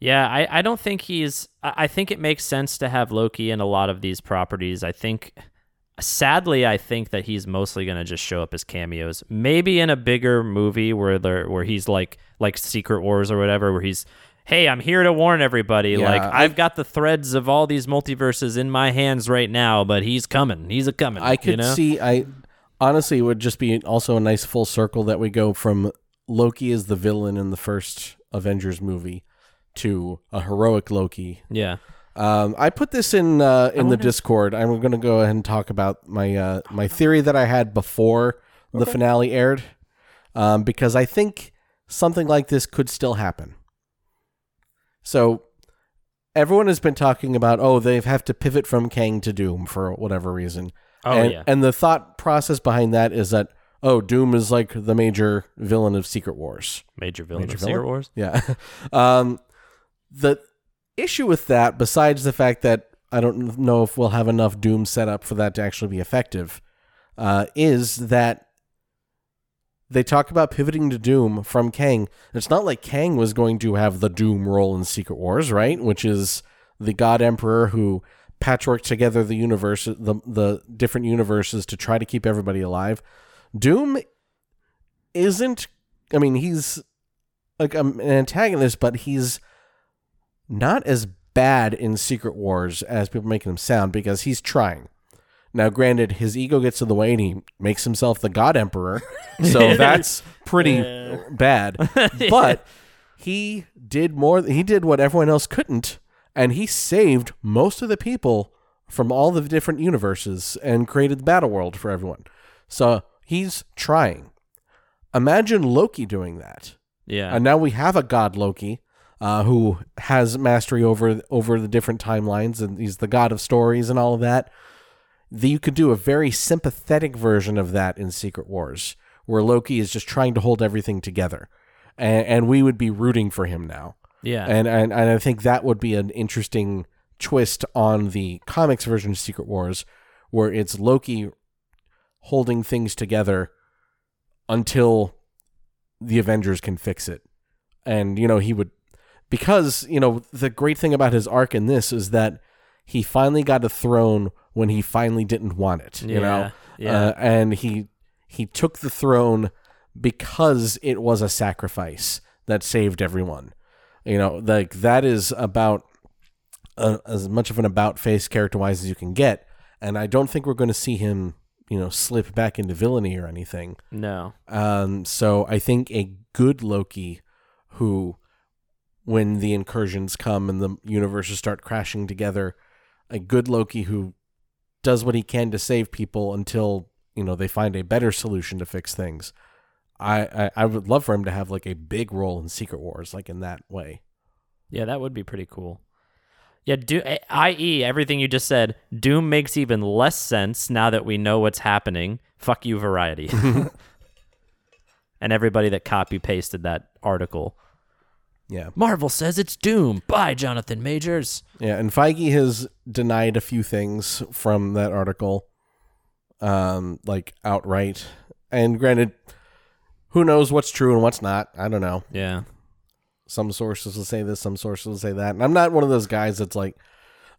E: Yeah, I, I don't think he's. I I think it makes sense to have Loki in a lot of these properties. I think, sadly, I think that he's mostly going to just show up as cameos. Maybe in a bigger movie where there where he's like like Secret Wars or whatever, where he's, hey, I'm here to warn everybody. like
F: I-
E: I've got the threads of all these multiverses in my hands right now, but he's coming. He's a coming.
F: I could
E: you know?
F: see. I honestly it would just be also a nice full circle that we go from Loki as the villain in the first Avengers movie to a heroic Loki
E: Yeah.
F: Um, I put this in uh, in the Discord. I'm going to go ahead and talk about my uh, my theory that I had before the finale aired, um, because I think something like this could still happen. So everyone has been talking about oh they have to pivot from Kang to Doom for whatever reason.
E: Oh,
F: and,
E: yeah.
F: and the thought process behind that is that oh Doom is like the major villain of Secret Wars.
E: Major villain
F: Major
E: of Secret
F: villain?
E: Wars.
F: Yeah. Um, the issue with that, besides the fact that I don't know if we'll have enough Doom set up for that to actually be effective, uh, is that they talk about pivoting to Doom from Kang. It's not like Kang was going to have the Doom role in Secret Wars, right? Which is the God Emperor who patchworked together the universe, the the different universes to try to keep everybody alive. Doom isn't. I mean, he's like um, an antagonist, but he's not as bad in Secret Wars as people make him sound because he's trying. Now, granted, his ego gets in the way and he makes himself the God Emperor, so that's pretty bad. But he did more. He did what everyone else couldn't, and he saved most of the people from all the different universes and created the battle world for everyone. So he's trying. Imagine Loki doing that.
E: Yeah.
F: Uh, And now we have a god Loki. uh, who has mastery over over the different timelines, and he's the god of stories and all of that. That you could do a very sympathetic version of that in Secret Wars, where Loki is just trying to hold everything together, and, and we would be rooting for him now.
E: Yeah.
F: And, and and I think that would be an interesting twist on the comics version of Secret Wars, where it's Loki holding things together until the Avengers can fix it. And you know he would because you know the great thing about his arc in this is that he finally got a throne when he finally didn't want it. You
E: Yeah,
F: know,
E: yeah.
F: Uh, and he he took the throne because it was a sacrifice that saved everyone you know like that is about uh as much of an about face character wise as you can get and i don't think we're going to see him you know slip back into villainy or anything
E: no.
F: um so i think a good loki who when the incursions come and the universes start crashing together a good loki who does what he can to save people until you know they find a better solution to fix things I, I i would love for him to have like a big role in secret wars like in that way
E: Yeah, that would be pretty cool. Yeah, do i.e. everything you just said. Doom makes even less sense now that we know what's happening. Fuck you, Variety, and everybody that copy pasted that article.
F: Yeah.
E: Marvel says it's Doom. Bye, Jonathan Majors.
F: Yeah, and Feige has denied a few things from that article, um, like outright. And granted, who knows what's true and what's not? I don't know.
E: Yeah,
F: Some sources will say this, some sources will say that. And I'm not one of those guys that's like,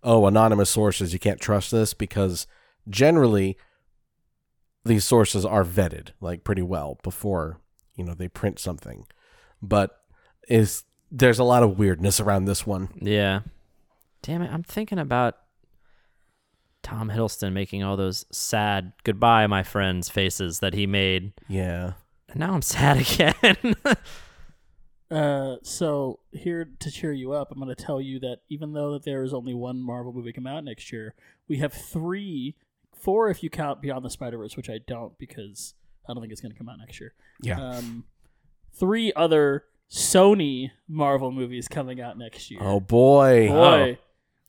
F: oh, anonymous sources, you can't trust this because generally these sources are vetted like pretty well before you know they print something. But is there's a lot of weirdness around this one.
E: yeah. Damn it, I'm thinking about Tom Hiddleston making all those sad "Goodbye, my friends" faces that he made,
F: Yeah.
E: and now I'm sad again.
D: Uh, so here to cheer you up, I'm going to tell you that even though that there is only one Marvel movie come out next year, we have three, four if you count Beyond the Spider Verse, which I don't because I don't think it's going to come out next year.
F: Yeah.
D: Um, three other Sony Marvel movies coming out next year.
F: Oh boy.
D: boy,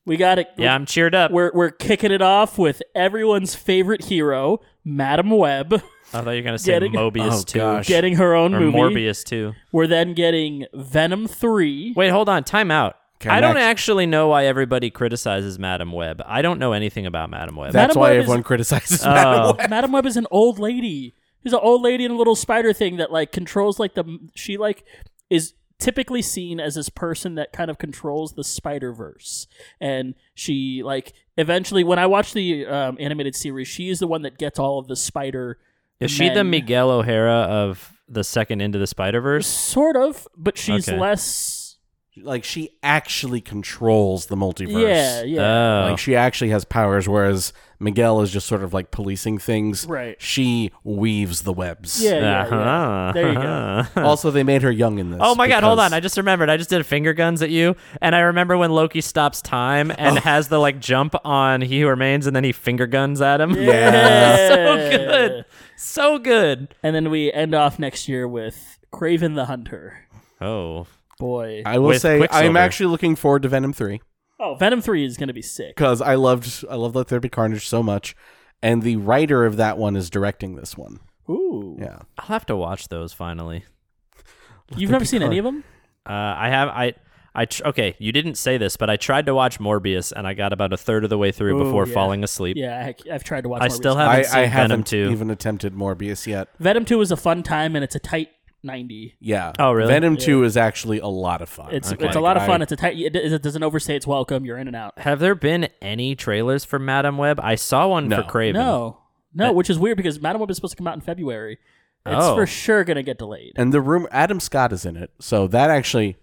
D: we got it.
E: yeah, I'm cheered up.
D: We're we're kicking it off with everyone's favorite hero, Madam Web,
E: I thought you were gonna say
D: Getting-
E: Mobius
F: Oh,
E: too.
F: gosh.
D: getting her own
E: or
D: movie.
E: Morbius too.
D: We're then getting Venom three.
E: Wait, hold on, time out.
F: Okay,
E: I don't
F: next.
E: actually know why everybody criticizes Madam Web. I don't know anything about Madam Web.
F: That's
D: Madam
F: why
D: Web is-
F: everyone criticizes
E: Oh.
F: Madam Web.
D: Madam Web is an old lady. She's an old lady in a little spider thing that like controls like the she like is typically seen as this person that kind of controls the Spider Verse, and she like eventually when I watch the um, animated series, she is the one that gets all of the spider.
E: Is she the
D: men.
E: Miguel O'Hara of the second Into the Spider Verse?
D: Sort of, but she's
E: Okay.
D: less.
F: Like she actually controls the multiverse.
D: Yeah, yeah.
E: Oh,
F: Like she actually has powers, whereas Miguel is just sort of like policing things.
D: Right.
F: She weaves the webs.
D: yeah, yeah, yeah.
E: Uh-huh.
D: There you go.
F: Also, they made her young in this.
E: Oh my god, hold
F: because-
E: on. I just remembered. I just did finger guns at you. And I remember when Loki stops time
F: Oh.
E: and has the like jump on He Who Remains and then he finger guns at him.
F: Yeah.
E: so good. So good.
D: And then we end off next year with Craven the Hunter.
E: Oh.
D: Boy,
F: I will
E: with
F: say I'm
E: Quicksilver.
F: actually looking forward to Venom three
D: oh, Venom three is gonna be sick.
F: because I loved I loved Let There Be Carnage so much, and the writer of that one is directing this one.
D: Ooh,
F: Yeah.
E: I'll have to watch those finally.
D: you've never seen any of them?
E: Uh, I have I I tr- okay. You didn't say this, but I tried to watch Morbius, and I got about a third of the way through
D: Ooh,
E: before
D: yeah.
E: falling asleep.
D: Yeah, I, I've tried to watch.
E: I
D: more
E: still
D: recently.
E: haven't
F: I,
E: seen
F: I
E: Venom
F: haven't
E: two.
F: even attempted Morbius yet.
D: Venom Two is a fun time, and it's a tight ninety.
F: Yeah.
E: Oh, really?
F: Venom two is actually a lot of fun.
D: It's
E: Okay.
D: it's a lot of fun.
F: I-
D: It's a tight. It, it doesn't overstay its welcome. You're in and out.
E: Have there been any trailers for Madam Web? I saw one
F: No.
E: for Craven.
D: No, no, which is weird because Madam Web is supposed to come out in February. It's
E: Oh.
D: for sure gonna get delayed.
F: And the room, Adam Scott is in it. So that actually,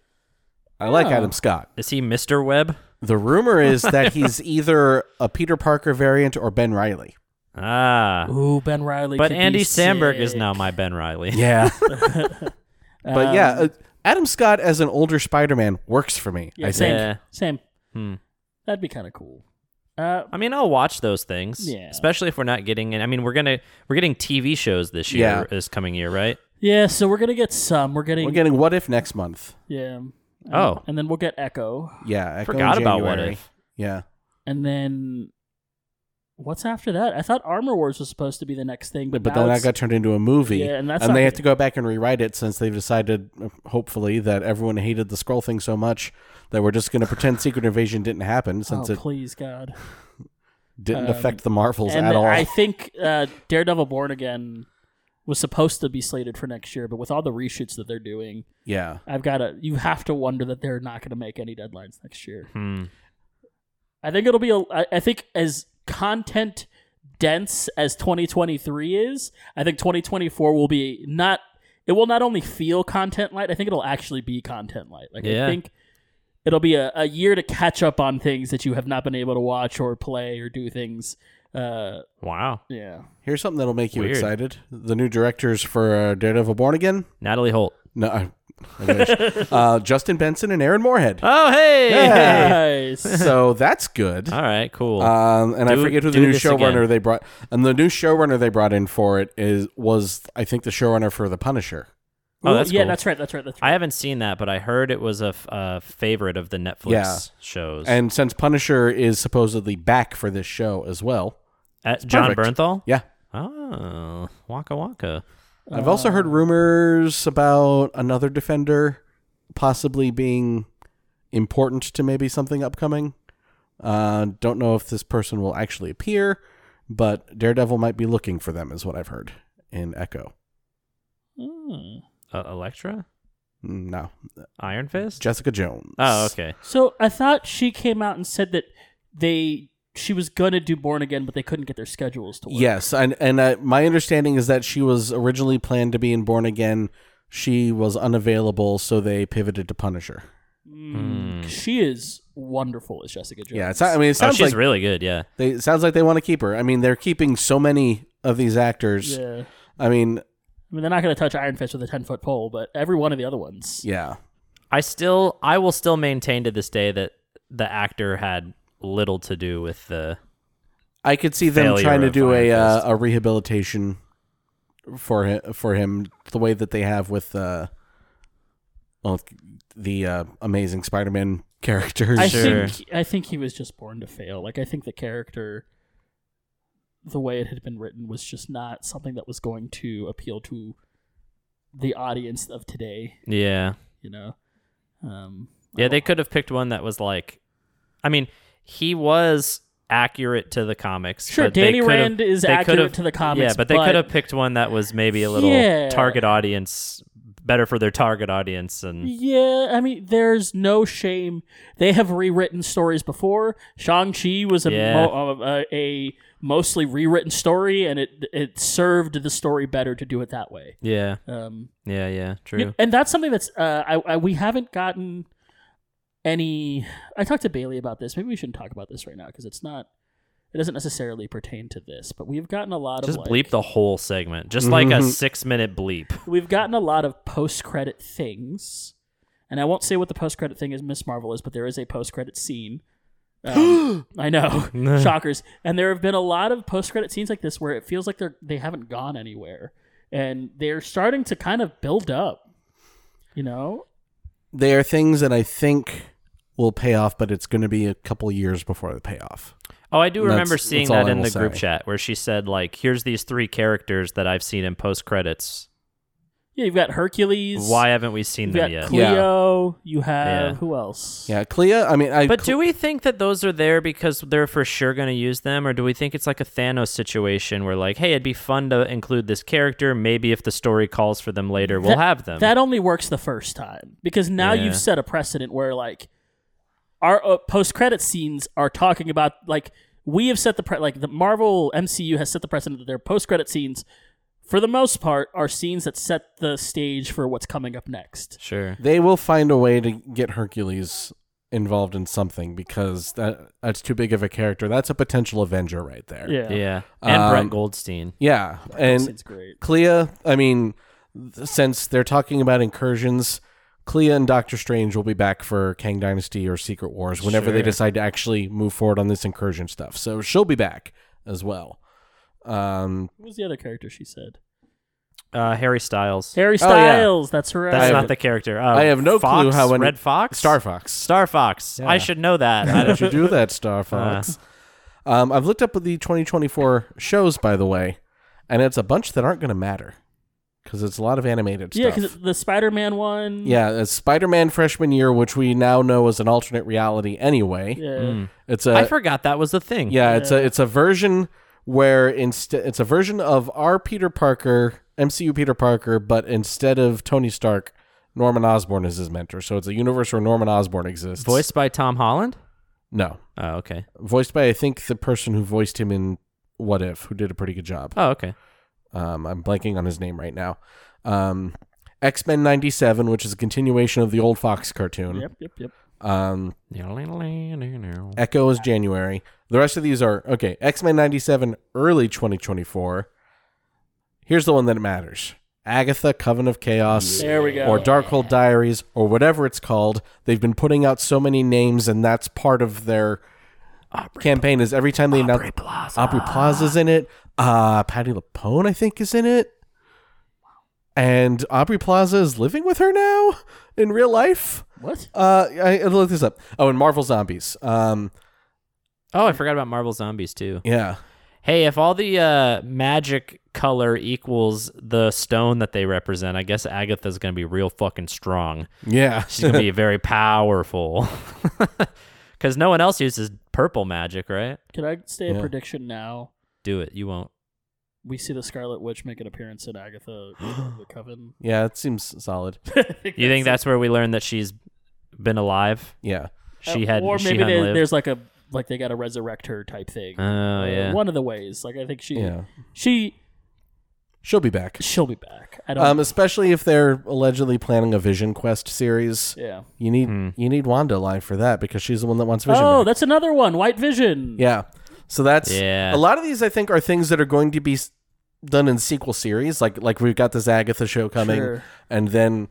F: I like Adam Scott.
E: Is he Mister Web?
F: The rumor is that he's either a Peter Parker variant or Ben Riley.
E: Ah,
D: Ooh, Ben Riley.
E: but
D: could be
E: Andy Samberg is
D: sick.
E: now my Ben Riley.
F: Yeah. but yeah,
E: Um,
F: uh, Adam Scott as an older Spider Man works for me,
D: Yeah,
F: I
D: same.
F: think.
E: Yeah.
D: Same.
E: Hmm.
D: That'd be kind of cool. Uh,
E: I mean, I'll watch those things,
D: Yeah.
E: especially if we're not getting. I mean, we're gonna we're getting TV shows this year,
F: Yeah.
E: this coming year, right?
D: yeah. So we're gonna get some. We're getting.
F: We're getting What If next month.
D: yeah.
E: Oh.
D: And then we'll get Echo.
F: Yeah, Echo in
E: Forgot about what
F: January.
E: if.
F: Yeah,
D: And then what's after that? I thought Armor Wars was supposed to be the next thing, but,
F: but
D: now
F: then that
D: it's-
F: got turned into a movie.
D: Yeah, and that's
F: and
D: not
F: they have
D: good.
F: to go back and rewrite it since they've decided, hopefully, that everyone hated the scroll thing so much that we're just going to pretend Secret Invasion didn't happen since
D: oh,
F: it
D: please God.
F: didn't
D: um,
F: affect the Marvels
D: And
F: at all.
D: I think uh, Daredevil Born Again was supposed to be slated for next year, but with all the reshoots that they're doing,
F: yeah,
D: I've got to you have to wonder that they're not going to make any deadlines next year.
E: Hmm.
D: I think it'll be a, I I think as content dense as 2023 is, I think 2024 will be not it will not only feel content light, I think it'll actually be content light. Like
E: Yeah.
D: I think it'll be a, a year to catch up on things that you have not been able to watch or play or do things. Uh
E: Wow.
D: yeah.
F: here's something that'll make you
E: Weird.
F: excited: the new directors for uh, Daredevil Born Again.
E: Natalie Holt.
F: No, I, I wish. uh, Justin Benson and Aaron Moorhead.
E: Oh, hey.
F: Yeah.
E: Oh,
D: Nice.
F: so that's good.
E: All right, cool.
F: Um, and I
E: Do-
F: forget who the
E: do
F: new
E: this
F: showrunner
E: again.
F: they brought. And the new showrunner they brought in for it is was I think the showrunner for The Punisher.
E: oh, that's
D: yeah,
E: cool.
D: that's right. That's right. That's right.
E: I haven't seen that, but I heard it was a, f- a favorite of the Netflix
F: Yeah.
E: shows.
F: And since Punisher is supposedly back for this show as well,
E: Uh, John
F: perfect.
E: Bernthal?
F: yeah.
E: Oh, Waka Waka.
F: I've also heard rumors about another defender possibly being important to maybe something upcoming. Uh, don't know if this person will actually appear, but Daredevil might be looking for them, is what I've heard in Echo.
D: Hmm.
E: Uh, Electra?
F: No,
E: Iron Fist?
F: Jessica Jones.
E: oh, okay.
D: So I thought she came out and said that they she was gonna do Born Again, but they couldn't get their schedules to work.
F: Yes, and and uh, my understanding is that she was originally planned to be in Born Again. She was unavailable, so they pivoted to Punisher.
E: Hmm.
D: Mm. She is wonderful as Jessica Jones.
F: Yeah, it's not, I mean, it
E: Oh,
F: sounds
E: she's
F: like
E: really good, yeah.
F: they it sounds like they want to keep her. I mean, they're keeping so many of these actors.
D: Yeah. I
F: I mean,
D: mean, they're not going to touch Iron Fist with a 10 foot pole, but every one of the other ones.
F: yeah,
E: I still, I will still maintain to this day that the actor had little to do with the.
F: I could see them
E: Failure
F: trying to
E: of
F: do
E: Iron
F: a uh,
E: Fist.
F: a rehabilitation for him for him the way that they have with uh, well, the uh, Amazing Spider-Man characters.
D: I
E: Sure.
D: think I think he was just born to fail. Like I think the character, the way it had been written, was just not something that was going to appeal to the audience of today.
E: Yeah.
D: You know, um,
E: Yeah, they could have picked one that was like. I mean, he was accurate to the comics.
D: Sure,
E: but they
D: Danny
E: could have-
D: Rand is
E: they could
D: accurate
E: have-
D: to the comics,
E: Yeah, but they
D: but-
E: could have picked one that was maybe a little
D: Yeah.
E: target audience, better for their target audience, and
D: Yeah, I mean, there's no shame. They have rewritten stories before. Shang Chi was a,
E: Yeah.
D: mo- uh, a, a mostly rewritten story, and it it served the story better to do it that way.
E: yeah,
D: Um,
E: yeah, yeah, true.
D: you- and that's something that's uh, I, I we haven't gotten any. I talked to Bailey about this. Maybe we shouldn't talk about this right now because it's not. It doesn't necessarily pertain to this, but we've gotten a lot
E: Just
D: of like, Mm-hmm.
E: bleep the whole segment, just like a six-minute bleep.
D: we've gotten a lot of post credit things, and I won't say what the post credit thing is. Miss Marvel is, but there is a post credit scene. Um, I know, shockers. And there have been a lot of post credit scenes like this where it feels like they're they haven't gone anywhere, and they're starting to kind of build up. You know,
F: they are things that I think will pay off, but it's going to be a couple years before they pay off.
E: Oh, I do
F: That's-
E: remember
F: that's
E: seeing
F: all
E: that
F: I
E: in
F: will
E: the group
F: say.
E: chat where she said, like, here's these three characters that I've seen in post credits.
D: yeah, you've got Hercules.
E: Why haven't we seen
D: You've
E: them
D: got
E: yet?
D: Cleo. You have
E: Yeah.
D: who else?
F: Yeah, Clea. I mean, I
E: But do we think that those are there because they're for sure going to use them, or do we think it's like a Thanos situation where, like, hey, it'd be fun to include this character. Maybe if the story calls for them later, we'll
D: That-
E: have them.
D: That only works the first time because now
E: Yeah.
D: you've set a precedent where like our uh, post-credit scenes are talking about like we have set the pre- like the Marvel MCU has set the precedent that their post-credit scenes for the most part are scenes that set the stage for what's coming up next.
E: sure.
F: they will find a way to get Hercules involved in something because that that's too big of a character. That's a potential Avenger right there.
D: Yeah.
E: Yeah. And Brett
F: Um,
E: Goldstein.
F: Yeah,
D: It's
F: and
D: great.
F: Clea. I mean, th- since they're talking about incursions. Clea and Doctor Strange will be back for Kang Dynasty or Secret Wars whenever they
E: Sure.
F: decide to actually move forward on this incursion stuff. So she'll be back as well. Um,
D: What was the other character she said?
E: uh, Harry Styles.
D: Harry
F: Oh, yeah.
D: Styles. That's right.
E: That's
F: I have-
E: not the character. Uh,
F: I have no
E: Fox,
F: clue how many-
E: Red Fox,
F: Star Fox.
E: Star Fox. I should know that. I
F: How did
E: don't-
F: you do that, Star Fox? Um, I've looked up the 2024 shows, by the way, and it's a bunch that aren't going to matter because it's a lot of animated
D: yeah,
F: stuff.
D: because the Spider-Man one.
F: yeah, it's Spider-Man freshman year, which we now know is an alternate reality anyway.
D: Yeah.
E: Mm.
F: It's a
E: I forgot that was the thing.
F: yeah, it's a it's a version where instead it's a version of our Peter Parker, MCU Peter Parker, but instead of Tony Stark, Norman Osborn is his mentor. So it's a universe where Norman Osborn exists.
E: Voiced by Tom Holland.
F: No,
E: Oh, okay.
F: voiced by I think the person who voiced him in What If, who did a pretty good job.
E: Oh, okay.
F: Um, I'm blanking on his name right now. Um, X Men '97, which is a continuation of the old Fox cartoon.
D: Yep. Yep. Yep.
F: Um, Echo is January. The rest of these are okay. X Men '97, early 2024. Here's the one that matters: Agatha, Coven of Chaos,
D: There we go.
F: or Darkhold Diaries, or whatever it's called. They've been putting out so many names, and that's part of their campaign. Is every time they announce Aubrey Plaza. Aubrey Plaza's in it. Uh, Patty Lapone, I think, is in it. And Aubrey Plaza is living with her now in real life.
D: What?
F: Uh, I, I looked this up. Oh, and Marvel Zombies. Um,
E: Oh, I forgot about Marvel Zombies too.
F: yeah.
E: Hey, if all the uh, magic color equals the stone that they represent, I guess Agatha's gonna be real fucking strong.
F: Yeah.
E: She's gonna be very powerful. Because no one else uses purple magic, right?
D: Can I say
F: Yeah.
D: a prediction now?
E: Do it. You won't.
D: We see the Scarlet Witch make an appearance in Agatha the Coven.
F: yeah, it seems solid.
E: You think that's where we learned that she's been alive?
F: Yeah.
E: She had.
D: Uh, or
E: she
D: maybe
E: hadn't
D: they,
E: lived?
D: there's like a like they got to resurrect her type thing. Uh,
E: Oh yeah.
D: One of the ways. Like I think she
F: Yeah.
D: she
F: She'll be back.
D: she'll be back. I don't.
F: Um, especially if they're allegedly planning a Vision Quest series.
D: yeah.
F: You need you need Wanda alive for that because she's the one that wants Vision.
D: Oh,
F: back.
D: that's another one. White Vision.
F: yeah. So that's
E: Yeah.
F: a lot of these I think are things that are going to be s- done in sequel series. Like like we've got this Agatha show coming,
D: Sure.
F: and then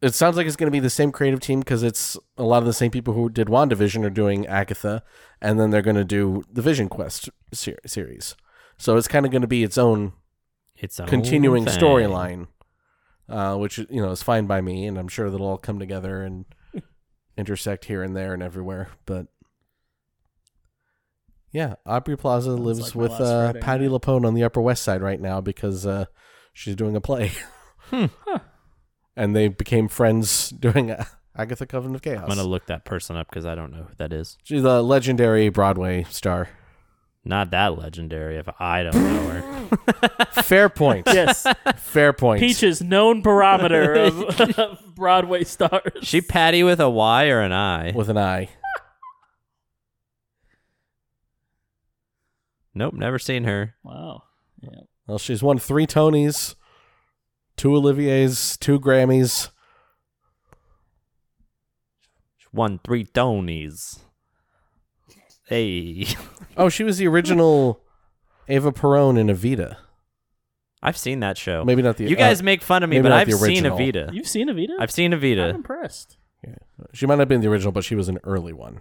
F: it sounds like it's going to be the same creative team because it's a lot of the same people who did WandaVision are doing Agatha, and then they're going to do the Vision Quest ser- series. So it's kind of going to be its own
E: It's a
F: continuing
D: Oh,
E: whole thing.
F: storyline, uh, which you know is fine by me, and I'm sure that'll all come together and intersect here and there and everywhere. But yeah, Aubrey Plaza lives
D: like my
F: with
D: last
F: uh,
D: Friday
F: Patty Lapone on the Upper West Side right now because uh, she's doing a play,
D: Hmm,
F: and they became friends doing uh, Agatha Coven of Chaos.
E: I'm gonna look that person up because I don't know who that is.
F: she's a legendary Broadway star.
E: Not that legendary if I don't know her.
F: Fair point.
D: Yes.
F: Fair point.
D: Peaches, known barometer of, of Broadway stars.
E: She Patty with a Y or an I?
F: with an eye.
E: Nope, never seen her.
D: Wow.
F: Well, she's won three Tonys, two Olivier's, two Grammys.
E: Won three Tonys. Hey,
F: Oh, she was the original Ava Perone in Evita.
E: I've seen that show.
F: Maybe not the-
E: You guys
F: uh,
E: make fun of me,
F: maybe
E: but
F: not
E: I've
F: the
E: seen
F: original.
E: Evita.
D: You've seen Evita?
E: I've seen
D: I'm
E: Evita.
D: impressed.
F: She might not have been the original, but she was an early one.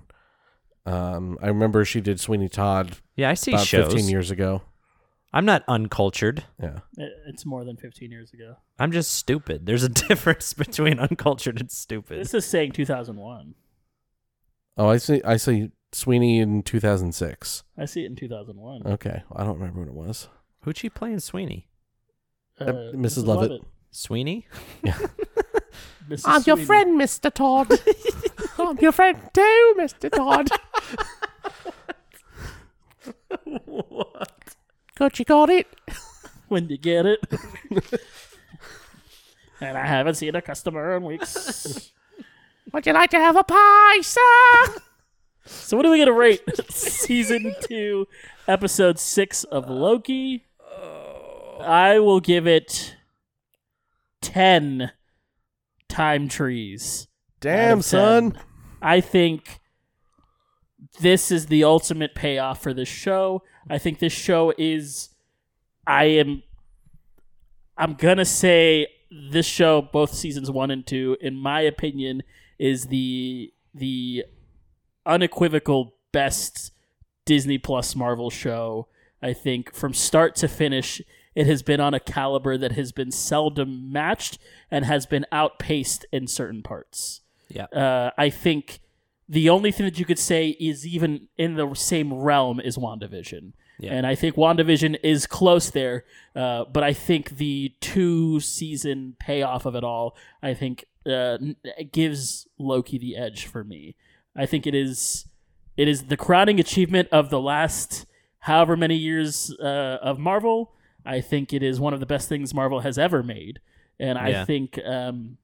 F: Um, I remember she did Sweeney Todd
E: Yeah, I see
F: about
E: shows.
F: 15 years ago.
E: I'm not uncultured.
F: Yeah.
D: It- It's more than 15 years ago.
E: I'm just stupid. There's a difference between uncultured and stupid.
D: This is saying 2001.
F: Oh, I see. I see Sweeney in 2006.
D: I see it in 2001.
F: Okay, I don't remember what it was.
E: Who'd she play in Sweeney?
D: Uh,
F: Mrs. Lovett.
E: Sweeney?
D: Mrs. I'm your friend.
F: Mr. Todd. I'm your friend too, Mr. Todd. Got you got it.
D: When you get it. and I haven't seen a customer in weeks.
F: Would you like to have a pie, sir?
D: so, what are we going to rate season two, episode six of Loki? I will give it 10 time trees.
F: Damn, son.
D: I think this is the ultimate payoff for this show. I think this show is I am I'm gonna say this show, both seasons one and two, in my opinion, is the the unequivocal best Disney Plus Marvel show. I think from start to finish, It has been on a caliber that has been seldom matched and has been outpaced in certain parts.
E: Yeah.
D: Uh, I think the only thing that you could say is even in the same realm is WandaVision.
E: Yeah.
D: And I think WandaVision is close there, uh, but I think the two season payoff of it all, I think, uh, n- gives Loki the edge for me. I think it is, it is the crowning achievement of the last however many years uh, of Marvel. I think it is one of the best things Marvel has ever made, and I
E: Yeah.
D: think um,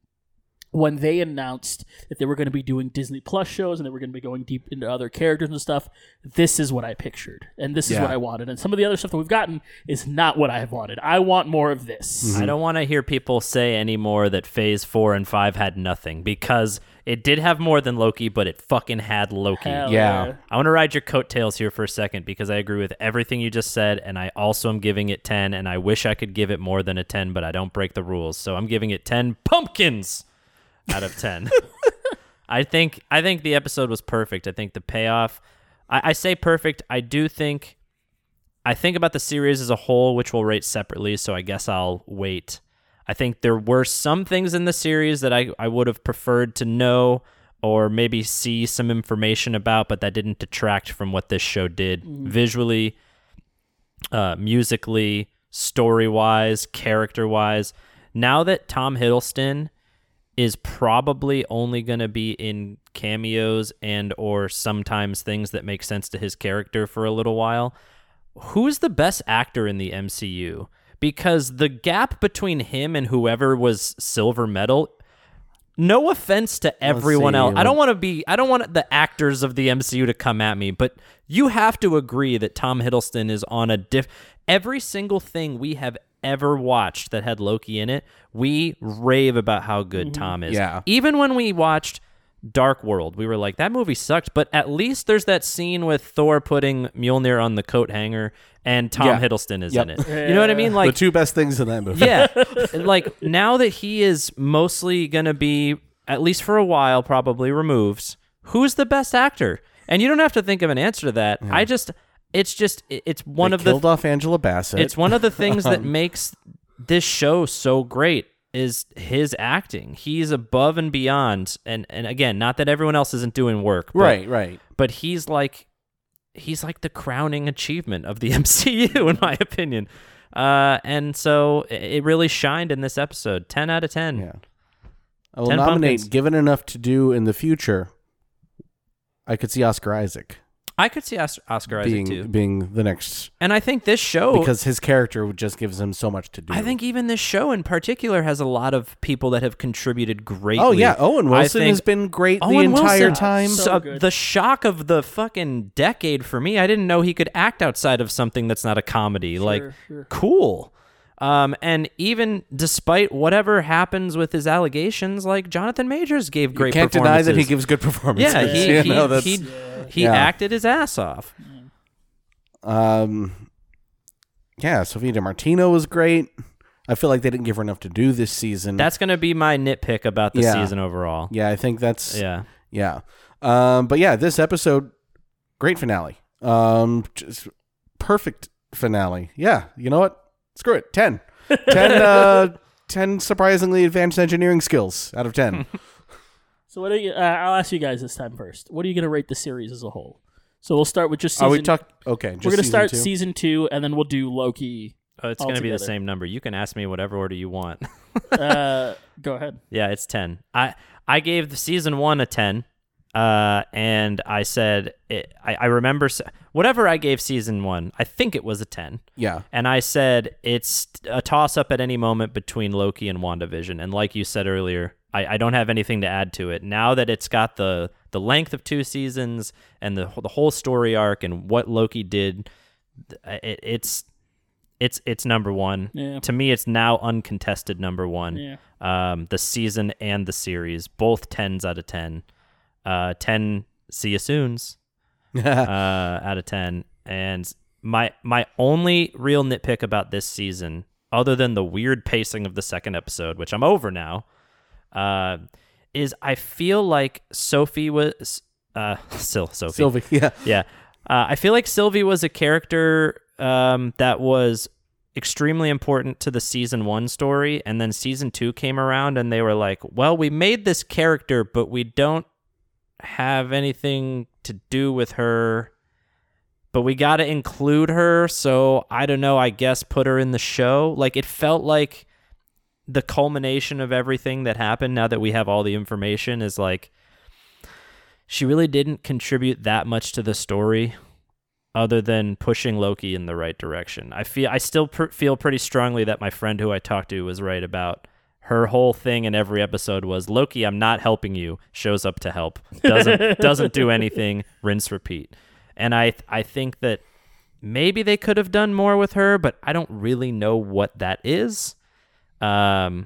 D: when they announced that they were going to be doing Disney Plus shows and they were going to be going deep into other characters and stuff, this is what I pictured. And this is
F: Yeah.
D: what I wanted. And some of the other stuff that we've gotten is not what I have wanted. I want more of this.
F: Mm-hmm.
E: I don't want to hear people say anymore that phase four and five had nothing because it did have more than Loki, but it fucking had Loki.
D: Hell
F: Yeah.
E: I want to ride your coattails here for a second because I agree with everything you just said, and I also am giving it 10, and I wish I could give it more than a 10, but I don't break the rules. So I'm giving it 10 pumpkins out of 10. I think I think the episode was perfect. I think the payoff I, I say perfect. I do think I think about the series as a whole, which we'll rate separately, so I guess I'll wait. I think there were some things in the series that I, I would have preferred to know or maybe see some information about, but that didn't detract from what this show did visually, uh, musically, story wise, character wise. Now that Tom Hiddleston is probably only going to be in cameos and or sometimes things that make sense to his character for a little while who's the best actor in the MCU? Because the gap between him and whoever was silver medal, no offense to everyone
F: see,
E: else. I
F: what-
E: don't want to be I don't want the actors of the MCU to come at me, but you have to agree that Tom Hiddleston is on a diff every single thing we have ever watched that had Loki in it, we rave about how good Tom is.
F: Mm-hmm. Yeah.
E: Even when we watched Dark World, we were like, that movie sucked, but at least there's that scene with Thor putting Mjolnir on the coat hanger and Tom
F: Yeah.
E: Hiddleston is in
F: Yep.
E: it. You know what I mean? Like
F: the two best things in that movie.
E: yeah. And, like now that he is mostly going to be at least for a while probably removed, who's the best actor? And you don't have to think of an answer to that. I just it's just it- it's one
F: Mm-hmm.
E: of the
F: They killed off Angela Bassett.
E: it's one of the things that
F: Um,
E: makes this show so great is his acting. He's above and beyond and and again, not that everyone else isn't doing work, but,
F: right, right.
E: but he's like he's like the crowning achievement of the MCU in my opinion. Uh, and so it- it really shined in this episode. 10 out of 10.
F: Yeah. I will
E: 10
F: nominate,
E: Hmm. pumpkins.
F: given enough to do in the future, I could see Oscar Isaac
E: I could see Os- Oscar
F: being
E: Isaac too.
F: being the next
E: And I think this show
F: because his character would just gives him so much to do. Oh,
E: I think even this show in particular has a lot of people that have contributed greatly.
F: Oh yeah, Owen
E: I
F: Wilson
E: think-
F: has been great the
E: Owen Wilson-
F: entire time.
D: So-
E: So,
D: good.
E: the shock of the fucking decade for me. I didn't know he could act outside of something that's not a comedy. like,
D: sure.
E: cool. Um, and even despite whatever happens with his allegations, like Jonathan Majors gave
F: you
E: great.
F: can't deny that he
E: performances.
F: gives good performances.
E: Yeah, he
F: you
E: he,
F: know, that's-
E: he, he
F: Yeah.
E: acted his ass off.
F: Um, yeah, Sophia DiMartino was great. I feel like they didn't give her enough to do this season.
E: That's gonna be my nitpick about the
F: Yeah.
E: season overall.
F: yeah, I think that's
E: Yeah.
F: yeah. Um, but yeah, this episode, great finale. Um, just perfect finale. Yeah, you know what? Screw it. Ten. Ten. uh, ten surprisingly advanced engineering skills out of ten.
D: So what are you? Uh, I'll ask you guys this time first. What are you going to rate the series as a whole? So we'll start with just. Season,
F: Are we talking? Okay, just
D: We're going to start
F: two?
D: season two, and then we'll do Loki.
E: Oh, it's gonna be the
D: Altogether.
E: same number. You can ask me whatever order you want.
D: Uh, go ahead.
E: Yeah, it's 10. I I gave the season 1 a 10. Uh, and I said it, I I remember s- whatever I gave season 1, I think it was a 10.
F: Yeah.
E: And I said it's a toss up at any moment between Loki and WandaVision. And like you said earlier, I, I don't have anything to add to it. Now that it's got the the length of two seasons and the the whole story arc and what Loki did, th- it, it's it's it's number one.
D: Yeah.
E: To me, it's now uncontested number one.
D: Yeah.
E: Um, the season and the series, both tens out of ten. Uh, ten. See you soon's uh, out of ten. And my my only real nitpick about this season, other than the weird pacing of the second episode, which I'm over now, uh, is I feel like Sophie was uh, still Sophie
F: Sylvie. Yeah.
E: yeah. Uh, I feel like Sylvie was a character um, that was extremely important to the season one story, and then season two came around, and they were like, "Well, we made this character, but we don't have anything to do with her." But we got to include her, so I don't know. I guess put her in the show. Like it felt like the culmination of everything that happened. Now that we have all the information, is like she really didn't contribute that much to the story other than pushing Loki in the right direction. I feel I still pr- feel pretty strongly that my friend who I talked to was right about her whole thing in every episode was Loki, I'm not helping you, shows up to help. Doesn't doesn't do anything, rinse repeat. And I I think that maybe they could have done more with her, but I don't really know what that is. Um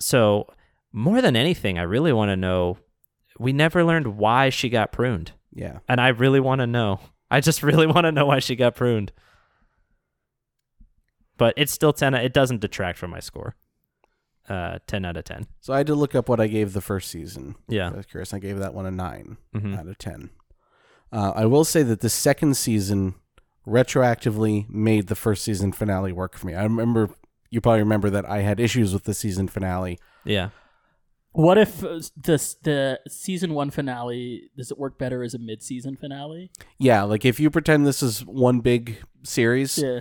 E: so more than anything, I really want to know we never learned why she got pruned
F: Yeah.
E: and I really want to know. I just really want to know why she got pruned. But it's still ten. It doesn't detract from my score. Uh, ten out of ten.
F: So I had to look up what I gave the first season.
E: Yeah.
F: I was curious. I gave that one a 9
E: Mhm.
F: out of ten. Uh, I will say that the second season retroactively made the first season finale work for me. I remember you probably remember that I had issues with the season finale.
E: Yeah.
D: What if uh, this the season one finale does it work better as a mid season finale?
F: Yeah, like if you pretend this is one big series,
D: Yeah,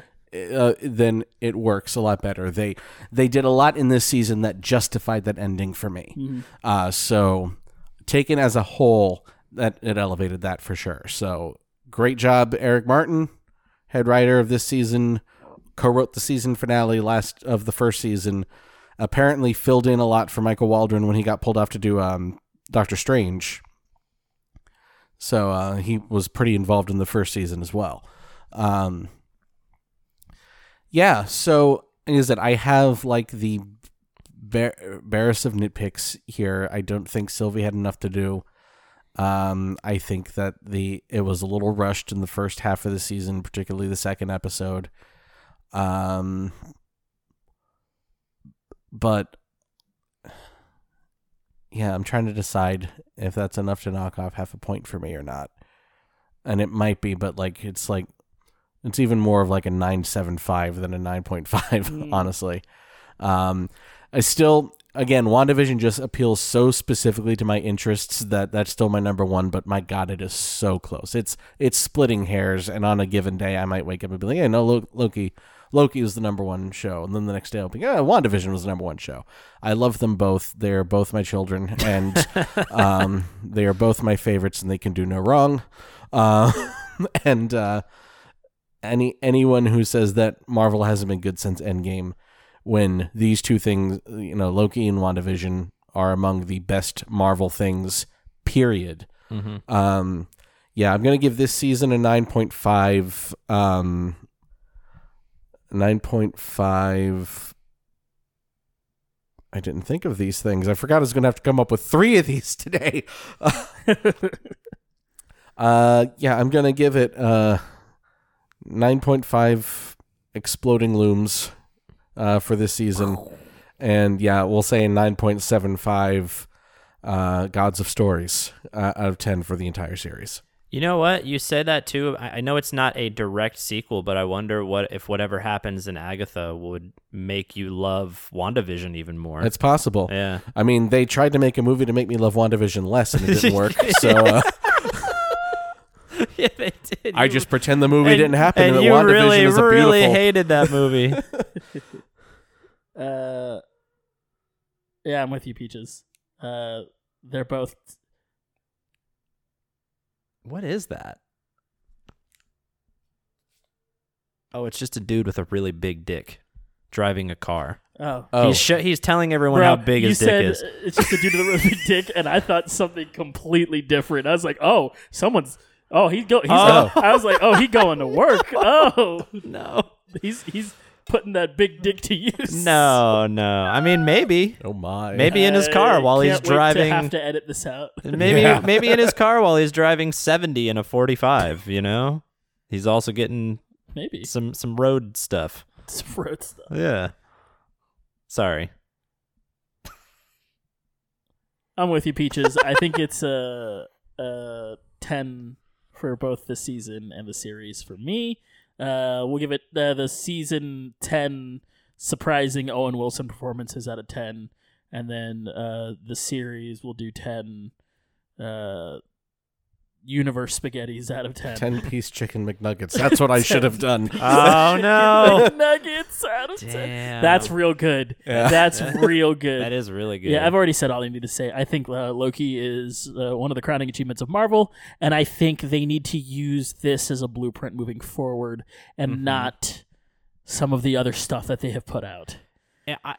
F: uh, then it works a lot better. They they did a lot in this season that justified that ending for me. Uh, so taken as a whole, that it elevated that for sure. So great job, Eric Martin, head writer of this season, co-wrote the season finale last of the first season. Apparently filled in a lot for Michael Waldron when he got pulled off to do um, Doctor Strange. So uh, he was pretty involved in the first season as well. Um, yeah. So is that I have like the bar- barest of nitpicks here. I don't think Sylvie had enough to do. Um, I think that the it was a little rushed in the first half of the season, particularly the second episode. Um, but yeah, I'm trying to decide if that's enough to knock off half a point for me or not. And it might be, but like it's like it's even more of like a 975 than a 9.5 honestly um i still again wandavision just appeals so specifically to my interests that that's still my number one but my god it is so close it's it's splitting hairs and on a given day i might wake up and be like yeah no Lo- loki loki was the number one show and then the next day i'll be yeah wandavision was the number one show i love them both they're both my children and um, they are both my favorites and they can do no wrong uh, and uh, any anyone who says that Marvel hasn't been good since Endgame, when these two things, you know, Loki and WandaVision are among the best Marvel things, period. Um, yeah, I'm gonna give this season a 9.5. Um, 9.5. I didn't think of these things. I forgot I was gonna have to come up with three of these today. uh, yeah, I'm gonna give it uh. 9.5 exploding looms uh, for this season. And yeah, we'll say 9.75 uh, Gods of Stories uh, out of 10 for the entire series.
E: You know what? You say that too. I I know it's not a direct sequel, but I wonder what if whatever happens in Agatha would make you love WandaVision even more.
F: It's possible.
E: Yeah.
F: I mean, they tried to make a movie to make me love WandaVision less, and it didn't work. So uh,
E: yeah, they did.
F: I
E: You-
F: just pretend the movie
E: and-
F: didn't happen. And,
E: And
F: that
E: you
F: WandaVision
E: really,
F: is a
E: really
F: beautiful.
E: hated that movie.
D: uh, yeah, I'm with you, Peaches. Uh, they're both.
E: What is that? Oh, it's just a dude with a really big dick driving a car.
D: Oh,
F: Oh,
E: He's sho he's telling everyone
D: Bro,
E: how big
D: you
E: his dick
D: said
E: is.
D: uh, It's just a dude with a really big dick, and I thought something completely different. I was like, oh, someone's. Oh, he's going.
E: Oh.
D: I was like, oh, he going to work. Oh,
E: No.
D: he's he's putting that big dick to use.
E: No, no. I mean maybe.
F: oh my.
E: Maybe in his
D: I
E: car while he's
D: Uh, can't wait to
E: driving
D: have to edit this out.
E: maybe maybe in his car while he's driving 70 in a 45, you know? He's also getting
D: Maybe
E: some some road stuff.
D: it's fruit stuff.
E: Yeah. Sorry.
D: I'm with you, Peaches. I think it's a, a ten for both the season and the series for me. Uh, we'll give it uh, the season 10 surprising Owen Wilson performances out of 10. And then uh, the series will do 10 uh, universe spaghettis out of 10.
F: 10 piece chicken McNuggets. That's what I should have done.
E: Oh no!
D: nuggets out of 10.
E: Damn.
D: That's real good. That's real good.
E: that is really good.
D: Yeah, I've already said all I need to say. I think uh, Loki is uh, one of the crowning achievements of Marvel, and I think they need to use this as a blueprint moving forward and not some of the other stuff that they have put out.
E: Yeah, I,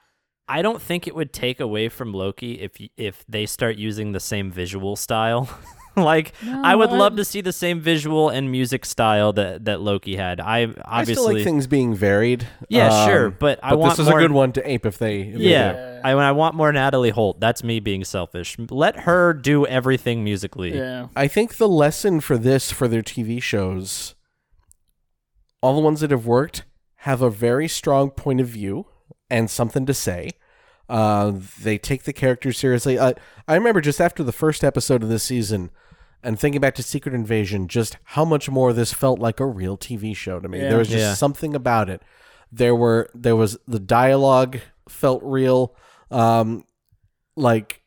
E: I don't think it would take away from Loki if y- if they start using the same visual style. like I would love to see the same visual and music style that that Loki had. I
F: I
E: obviously
F: still like things being varied. Um,
E: Yeah, sure, but I want
F: this is
E: more-
F: a good one to ape if they. if they do.
E: yeah, I I want more Natalie Holt. That's me being selfish. Let her do everything musically.
D: Yeah.
F: I think the lesson for this for their TV shows, all the ones that have worked have a very strong point of view and something to say. Uh, they take the characters seriously. Uh, I remember just after the first episode of this season, and thinking back to Secret Invasion, just how much more this felt like a real TV show to me. There was just
E: Yeah.
F: something about it. There were there was the dialogue felt real. Um, like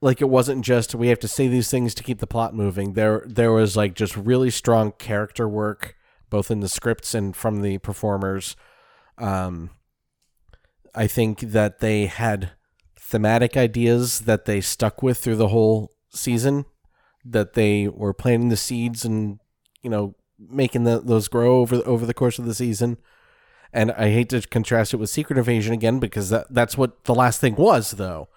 F: like it wasn't just we have to say these things to keep the plot moving. There there was like just really strong character work both in the scripts and from the performers. Um I think that they had thematic ideas that they stuck with through the whole season that they were planting the seeds and you know making the, those grow over over the course of the season. And I hate to contrast it with Secret Invasion again because that, that's what the last thing was though.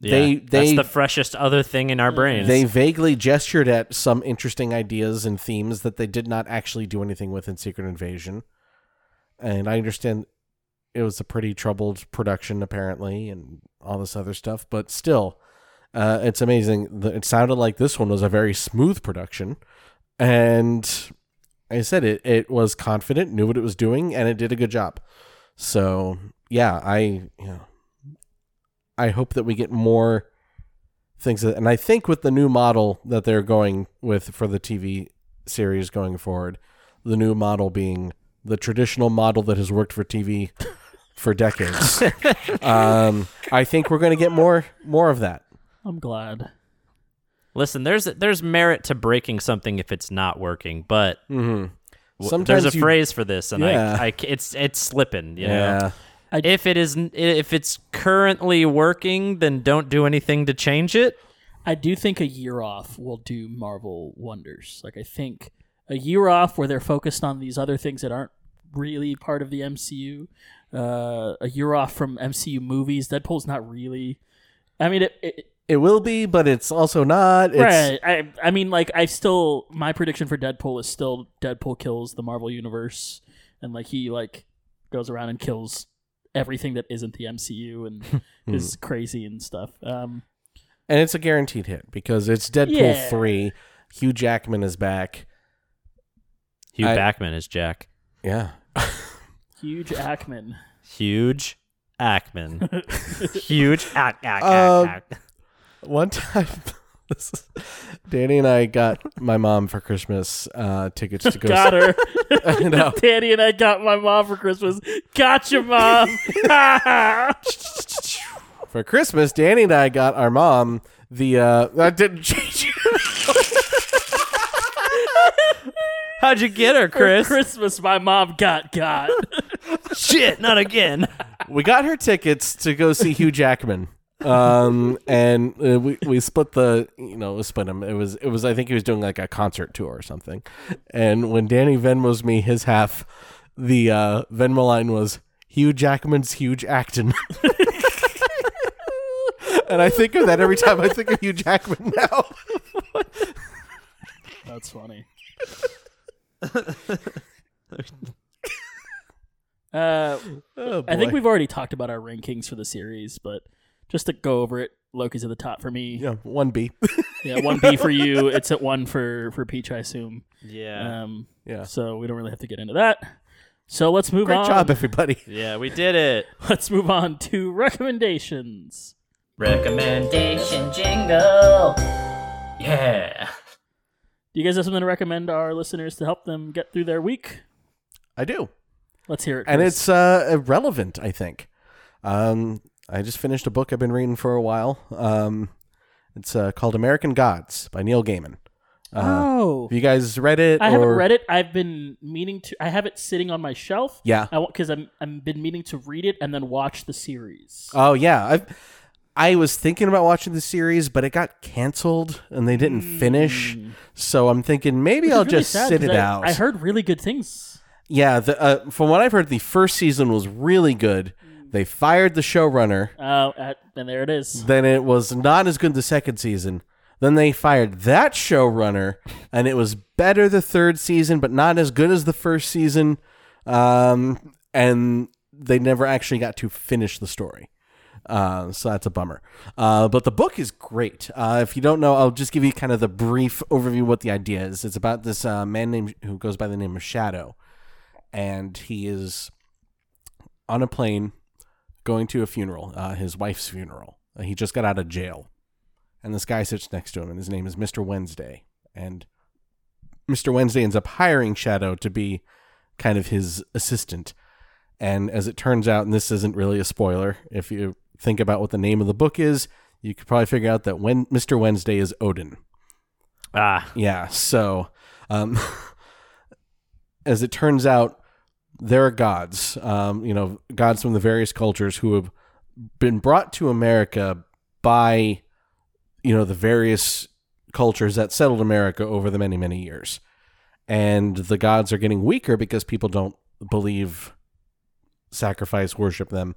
E: Yeah,
F: They- they-
E: that's the freshest other thing in our brains.
F: They vaguely gestured at some interesting ideas and themes that they did not actually do anything with in Secret Invasion. And I understand it was a pretty troubled production, apparently, and all this other stuff, but still, uh, it's amazing. The- It sounded like this one was a very smooth production. And I said it, it was confident, knew what it was doing, and it did a good job. So, yeah, I. Yeah. I hope that we get more things that, and I think with the new model that they're going with for the TV series going forward, the new model being the traditional model that has worked for TV for decades. um, I think we're going to get more more of that.
D: I'm glad.
E: Listen, there's there's merit to breaking something if it's not working, but w-
F: Mm, Sometimes
E: there's a
F: you-
E: phrase for this, and
F: Yeah.
E: I, I, c- it's it's slipping. You know?
F: Yeah,
E: if it is if it's currently working then don't do anything to change it
D: I do think a year off will do Marvel wonders. Like I think a year off where they're focused on these other things that aren't really part of the MCU. Uh, a year off from MCU movies. Deadpool's not really. I mean, it, it,
F: it will be, but it's also not. It's,
D: Right. I I mean like I still my prediction for Deadpool is still Deadpool kills the Marvel universe and like he like goes around and kills everything that isn't the MCU and
F: Hmm.
D: is crazy and stuff. Um
F: and it's a guaranteed hit because it's Deadpool
D: Yeah.
F: three. Hugh Jackman is back.
E: hugh
F: I-
E: backman is jack
F: Yeah,
D: huge Ackman.
E: huge ackman huge ack ack
F: Um,
E: ack, ack.
F: One time, this is, Danny and I got my mom for Christmas uh, tickets to go.
D: Got her.
F: I know.
D: Danny and I got my mom for Christmas. Gotcha mom.
F: for Christmas, Danny and I got our mom the. Uh, that didn't change.
E: how'd you get her chris
D: Christmas my mom got got.
E: shit not again
F: we got her tickets to go see Hugh Jackman. Um and uh, we we split the you know we split him it was it was I think he was doing like a concert tour or something, and when Danny Venmos me his half, the uh, Venmo line was Hugh Jackman's huge acting, and I think of that every time I think of Hugh Jackman now.
D: That's funny. uh,
F: Oh,
D: I think we've already talked about our rankings for the series, but just to go over it, Loki's at the top for me.
F: yeah one B
D: Yeah, one B for you. It's at one for for Peach, I assume.
E: yeah
D: Um,
F: yeah
D: so we don't really have to get into that. So let's move
F: great
D: on.
F: job everybody
E: yeah we did it
D: Let's move on to recommendations.
E: recommendation jingle yeah
D: Do you guys have something to recommend our listeners to help them get through their week?
F: I do.
D: Let's hear it.
F: and
D: Chris.
F: it's uh, relevant, I think. Um, I just finished a book I've been reading for a while. Um, it's uh, called American Gods by Neil Gaiman.
D: oh,
F: Have you guys read it?
D: I haven't
F: or-
D: read it. I've been meaning to. I have it sitting on my shelf.
F: Yeah.
D: I because I'm I've been meaning to read it and then watch the series.
F: Oh yeah, I I was thinking about watching the series, but it got canceled and they didn't finish. So I'm thinking maybe
D: Hmm. Which is
F: I'll
D: really
F: just
D: sad
F: sit it
D: 'cause I-
F: out.
D: I heard really good things.
F: yeah, the, uh, from what I've heard, the first season was really good.
D: Hmm.
F: They fired the showrunner.
D: Uh, at, and there it is.
F: Then it was not as good the second season. Then they fired that showrunner, and it was better the third season, but not as good as the first season. Um, and they never actually got to finish the story. Uh, so that's a bummer. Uh, but the book is great. Uh, if you don't know, I'll just give you kind of the brief overview of what the idea is. It's about this uh, man named who goes by the name of Shadow, and he is on a plane going to a funeral, uh, his wife's funeral. Uh, He just got out of jail. And this guy sits next to him, and his name is Mr. Wednesday. And Mr. Wednesday ends up hiring Shadow to be kind of his assistant. And as it turns out, and this isn't really a spoiler, if you think about what the name of the book is, you could probably figure out that when Mr. Wednesday is Odin.
E: Ah,
F: Yeah. So, um, as it turns out, there are gods, um, you know, gods from the various cultures who have been brought to America by, you know, the various cultures that settled America over the many, many years. And the gods are getting weaker because people don't believe, sacrifice, worship them.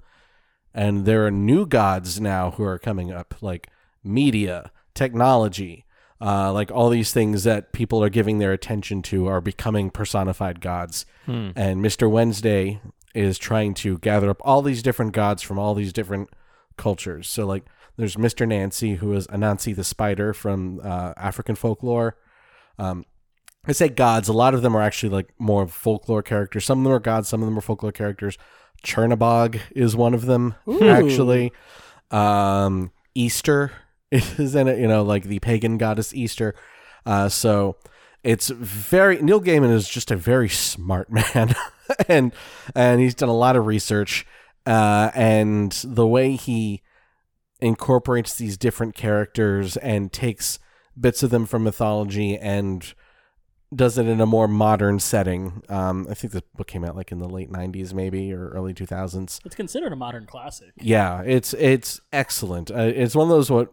F: And there are new gods now who are coming up, like media, technology, uh, like all these things that people are giving their attention to are becoming personified gods. And Mr. Wednesday is trying to gather up all these different gods from all these different cultures. So, like, there's Mr. Nancy, who is Anansi the spider from uh, African folklore. I say gods. A lot of them are actually like more folklore characters. Some of them are gods. Some of them are folklore characters. Chernabog is one of them, actually. Um, Easter is in it. You know, like the pagan goddess Easter. Uh, so it's very Neil Gaiman is just a very smart man, and and he's done a lot of research. Uh, and the way he incorporates these different characters and takes bits of them from mythology and does it in a more modern setting. Um, I think this book came out like in the late '90s, maybe or early 2000s.
D: It's considered a modern classic.
F: Yeah, it's it's excellent. Uh, it's one of those what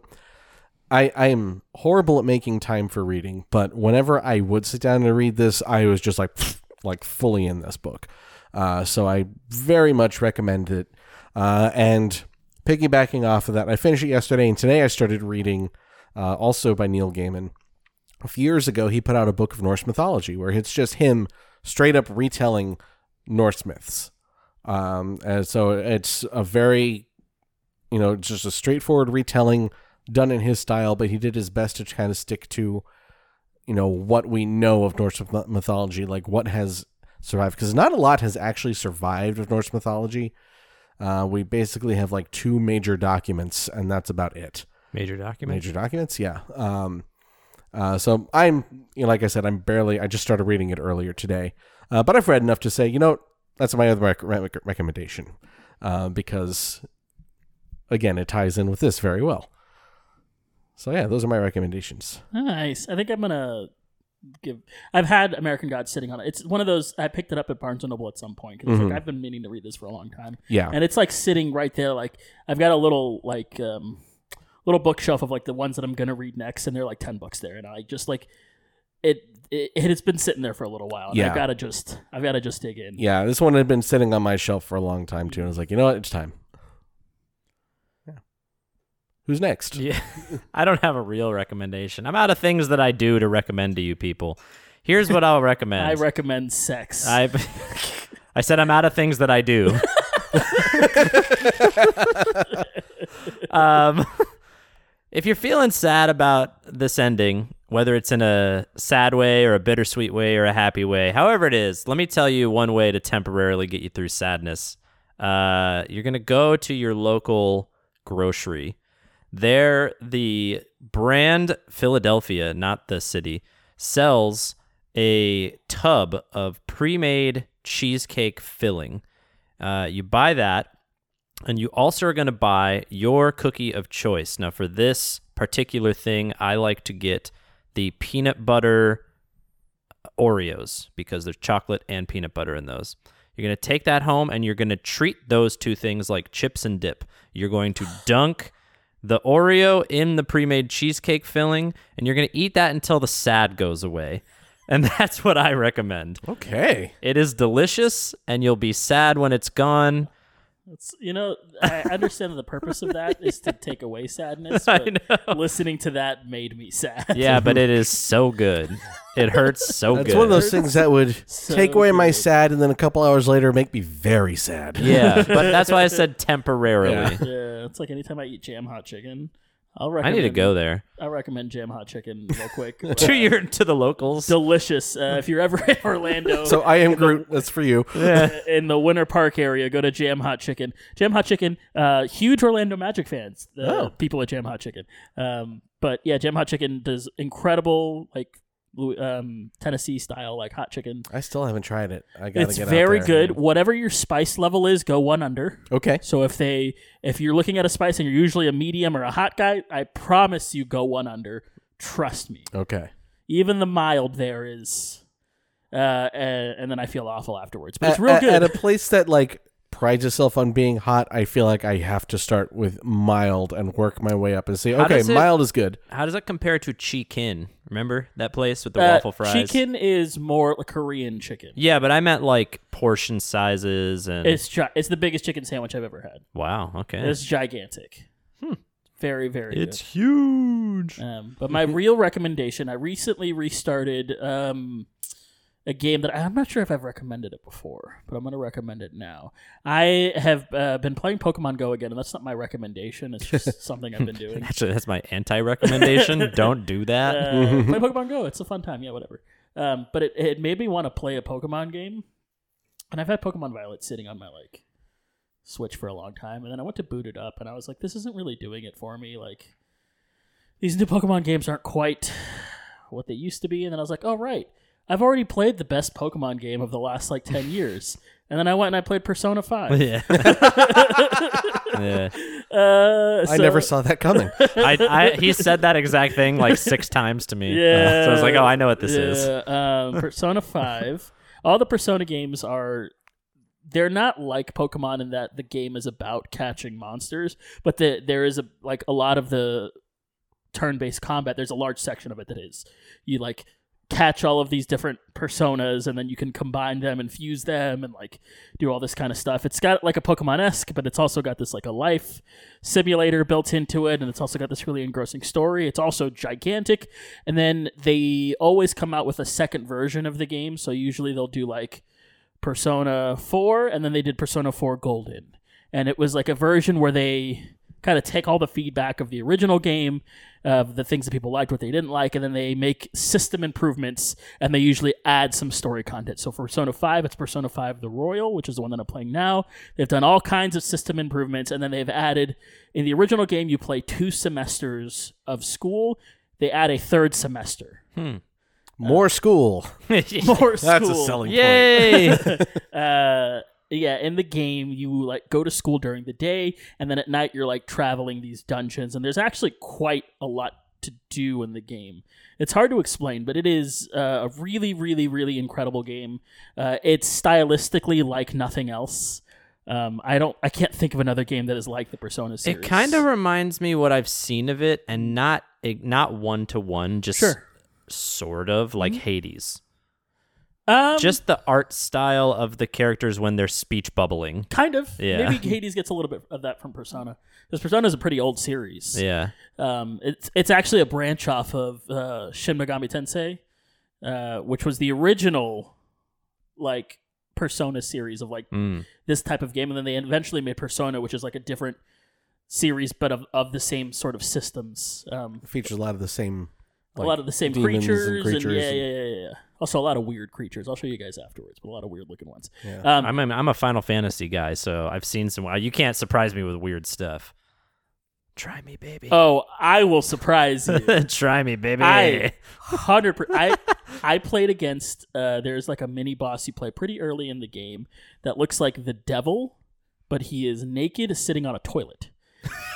F: I I am horrible at making time for reading, but whenever I would sit down and read this, I was just like like fully in this book. Uh, so I very much recommend it. Uh, and piggybacking off of that, I finished it yesterday, and today I started reading uh, also by Neil Gaiman a few years ago he put out a book of Norse mythology where it's just him straight up retelling Norse myths. Um, and so it's a very, you know, just a straightforward retelling done in his style, but he did his best to kind of stick to, you know, what we know of Norse myth- mythology, like what has survived, because not a lot has actually survived of Norse mythology. Uh, we basically have like two major documents, and that's about it
E: major document.
F: major documents yeah um uh, so i'm you know, like i said i'm barely i just started reading it earlier today uh, but i've read enough to say you know that's my other rec- rec- recommendation uh, because again it ties in with this very well so yeah those are my recommendations
D: Nice. I think I'm gonna give. I've had American Gods sitting on it. It's one of those I picked it up at Barnes and Noble at some point because like, I've been meaning to read this for a long time.
F: Mm-hmm. Yeah.
D: and it's like sitting right there. Like I've got a little like um little bookshelf of like the ones that I'm gonna read next, and they're like ten bucks there, and I just like it. It, it has been sitting there for a little while. And
F: Yeah.
D: I've got to just. I've got to just dig in.
F: yeah this one had been sitting on my shelf for a long time too and i was like you know what it's time yeah who's next
E: Yeah. I don't have a real recommendation. I'm out of things that I do to recommend to you people. Here's what I'll recommend.
D: I recommend sex.
E: I I said I'm out of things that I do. um, if you're feeling sad about this ending, whether it's in a sad way or a bittersweet way or a happy way, however it is, let me tell you one way to temporarily get you through sadness. Uh, you're gonna go to your local grocery. There, the brand Philadelphia, not the city, sells a tub of pre-made cheesecake filling. Uh, you buy that, and you also are going to buy your cookie of choice. Now, for this particular thing, I like to get the peanut butter Oreos because there's chocolate and peanut butter in those. You're going to take that home and you're going to treat those two things like chips and dip. You're going to dunk the Oreo in the pre made cheesecake filling and you're going to eat that until the sad goes away. And that's what I recommend.
F: Okay.
E: It is delicious and you'll be sad when it's gone.
D: It's, you know, I understand that the purpose of that is to take away sadness. But listening to that made me sad.
E: Yeah, but it is so good. It hurts so
F: That's
E: good.
F: one of those things that would
D: So
F: take away my
D: good.
F: sad and then a couple hours later make me very sad.
E: Yeah, but that's why I said temporarily.
D: yeah, it's like anytime I eat jam hot chicken, I'll
E: I
D: recommend.
E: need to go there.
D: I recommend jam hot chicken real quick.
E: To your to the locals.
D: delicious. Uh, if you're ever in Orlando uh,
F: So I am Groot. That's for you.
D: in the Winter Park area, go to Jam Hot Chicken. Jam Hot Chicken, uh, huge Orlando Magic fans. The
E: Oh.
D: people at Jam Hot Chicken. Um, but yeah, Jam Hot Chicken does incredible like Lou- um, Tennessee style like hot chicken.
F: I still haven't tried it. I gotta
D: It's
F: get out
D: very
F: there.
D: good. Whatever your spice level is, go one under.
F: Okay.
D: So if they if you're looking at a spice and you're usually a medium or a hot guy, I promise you go one under. Trust me.
F: Okay.
D: Even the mild there is uh and, and then I feel awful afterwards. But it's
F: At-
D: real
F: at,
D: good.
F: At a place that like prides itself on being hot, I feel like I have to start with mild and work my way up and say, okay,
E: does it-
F: mild is good.
E: How does that compare to Chikin? Remember that place with the
D: Uh,
E: waffle fries?
D: Chicken is more like Korean chicken.
E: Yeah, but I meant like portion sizes and
D: It's gi- it's the biggest chicken sandwich I've ever had.
E: wow. Okay,
D: It's gigantic.
F: Hmm.
D: Very very.
E: It's huge.
D: good. Um, but my real recommendation, I recently restarted um, a game that I'm not sure if I've recommended it before, but I'm going to recommend it now. I have uh, been playing Pokemon Go again, and that's not my recommendation. It's just something I've been doing.
E: Actually, that's my anti-recommendation. Don't do that.
D: Uh,
F: Mm-hmm.
D: play Pokemon Go. It's a fun time. Yeah, whatever. Um, but it, it made me want to play a Pokemon game, and I've had Pokemon Violet sitting on my like Switch for a long time, and then I went to boot it up, and I was like, this isn't really doing it for me. Like these new Pokemon games aren't quite what they used to be, and then I was like, oh right, I've already played the best Pokemon game of the last like ten years, and then I went and I played Persona Five.
E: yeah. Yeah.
D: Uh, so-
F: I never saw that coming.
E: I, I, he said that exact thing like six times to me.
D: Yeah.
E: So I was like, oh, I know what this
D: yeah.
E: is.
D: Um, Persona 5. All the Persona games are. They're not like Pokemon in that the game is about catching monsters, but the, there is a like a lot of the turn-based combat. There's a large section of it that is you like catch all of these different personas, and then you can combine them and fuse them, and like do all this kind of stuff. It's got like a Pokemon esque, but it's also got this like a life simulator built into it, and it's also got this really engrossing story. It's also gigantic, and then they always come out with a second version of the game. So usually they'll do like Persona Four, and then they did Persona Four Golden, and it was like a version where they kind of take all the feedback of the original game of the things that people liked what they didn't like and then they make system improvements and they usually add some story content so for persona 5 it's persona 5 the royal which is the one that i'm playing now they've done all kinds of system improvements and then they've added in the original game you play two semesters of school they add a third semester
F: More school.
D: more school
F: That's a selling point.
E: Yay!
D: uh yeah in the game you like go to school during the day and then at night you're like traveling these dungeons and there's actually quite a lot to do in the game it's hard to explain but it is uh, a really really really incredible game uh, it's stylistically like nothing else um, i don't i can't think of another game that is like the persona
E: it
D: series
E: kind of reminds me what I've seen of it, and not it- not one to one, just
D: Sure. Mm-hmm.
E: sort of like Hades.
D: um,
E: just the art style of the characters when they're speech bubbling.
D: kind of
E: Yeah.
D: maybe hades gets a little bit of that from persona because persona is a pretty old series
E: Yeah.
D: Um, it's it's actually a branch off of uh, Shin Megami Tensei, uh, which was the original like Persona series of like
F: Mm.
D: this type of game, and then they eventually made Persona, which is like a different series but of, of the same sort of systems. Um,
F: Features a lot of the same.
D: a
F: like,
D: lot of the same
F: demons and
D: creatures, and
F: creatures
D: yeah,
F: and-
D: yeah, yeah, yeah, yeah. Also, a lot of weird creatures. I'll show you guys afterwards, but a lot of weird looking ones. Um,
E: I'm a, I'm a Final Fantasy guy, so I've seen some. uh, You can't surprise me with weird stuff. Try me, baby.
D: oh, I will surprise you.
E: Try me, baby.
D: I hundred percent. I I played against. Uh, there's like a mini boss you play pretty early in the game that looks like the devil, but he is naked sitting on a toilet.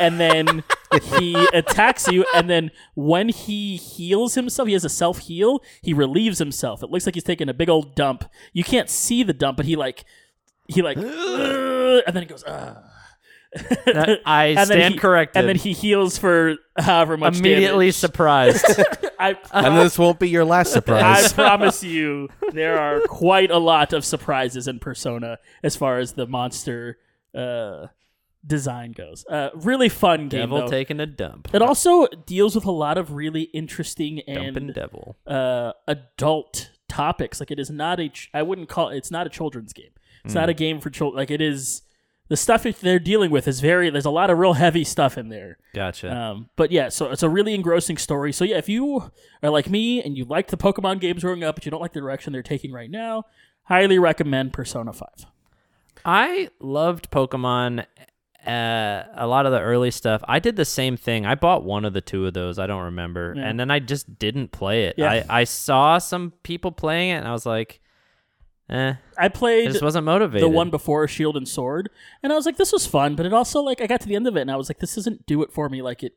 D: And then he attacks you, and then when he heals himself, he has a self heal. He relieves himself. It looks like he's taking a big old dump. You can't see the dump, but he like he like, "Ugh," and then he goes. Ugh.
E: I
D: And then
E: stand
D: he-
E: corrected.
D: And then he heals for however much.
E: immediately
D: damage.
E: surprised.
D: I,
F: and this won't be your last
D: I
F: surprise.
D: promise you, there are quite a lot of surprises in Persona as far as the monster uh, design goes. Uh, really fun game.
E: devil
D: though.
E: taking a dump.
D: it also deals with a lot of really interesting
E: Dumping
D: and
E: devil.
D: uh, adult topics. Like it is not a, ch- I wouldn't call it's not a children's game. It's not a game for children. Like it is, the stuff that they're dealing with is very. There's a lot of real heavy stuff in there.
E: Gotcha.
D: Um, but yeah, so it's a really engrossing story. So yeah, if you are like me and you liked the Pokemon games growing up, but you don't like the direction they're taking right now, highly recommend Persona Five.
E: I loved Pokemon. Uh, a lot of the early stuff. I did the same thing. I bought one of the two of those. I don't remember,
D: Yeah.
E: and then I just didn't play it.
D: Yeah.
E: I I saw some people playing it, and I was like, eh,
D: I
E: I
D: played
E: just wasn't motivated.
D: the one before Shield and Sword, and I was like, this was fun, but it also like I got to the end of it and I was like, this doesn't do it for me like it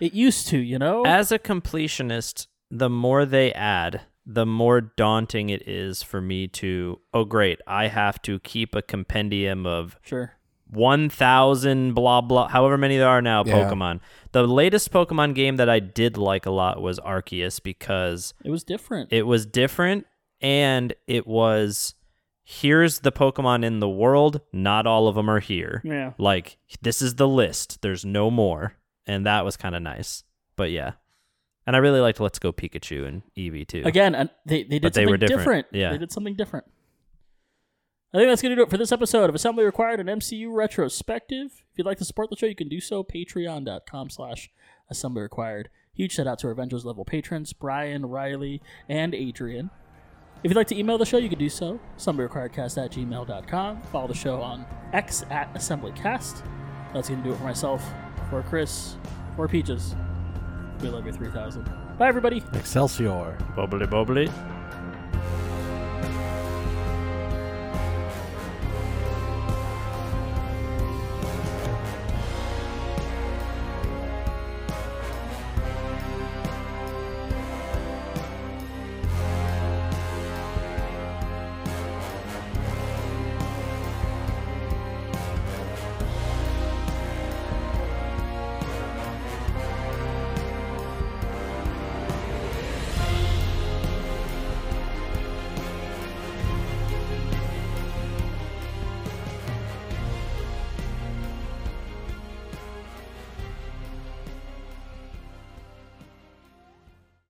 D: it used to, you know?
E: As a completionist, the more they add, the more daunting it is for me to. Oh, great! I have to keep a compendium of
D: sure.
E: 1000 blah blah however many there are now
F: Yeah.
E: pokemon the latest pokemon game that i did like a lot was arceus because
D: It was different.
E: it was different and it was here's the pokemon in the world not all of them are here
D: yeah.
E: like this is the list there's no more and that was kind of nice but yeah and i really liked let's go pikachu and eevee too
D: Again, and they, they did
E: But they
D: something
E: were different.
D: different.
E: Yeah.
D: They did something different. I think that's going to do it for this episode of Assembly Required, an MCU retrospective. If you'd like to support the show, you can do so patreon.com slash assembly required. Huge shout out to our Avengers level patrons, Brian, Riley, and Adrian. If you'd like to email the show, you can do so, assemblyrequiredcast at gmail.com. Follow the show on X at assemblycast. That's going to do it for myself, for Chris, for Peaches. We love you 3000. Bye, everybody.
F: Excelsior.
E: bubbly bubbly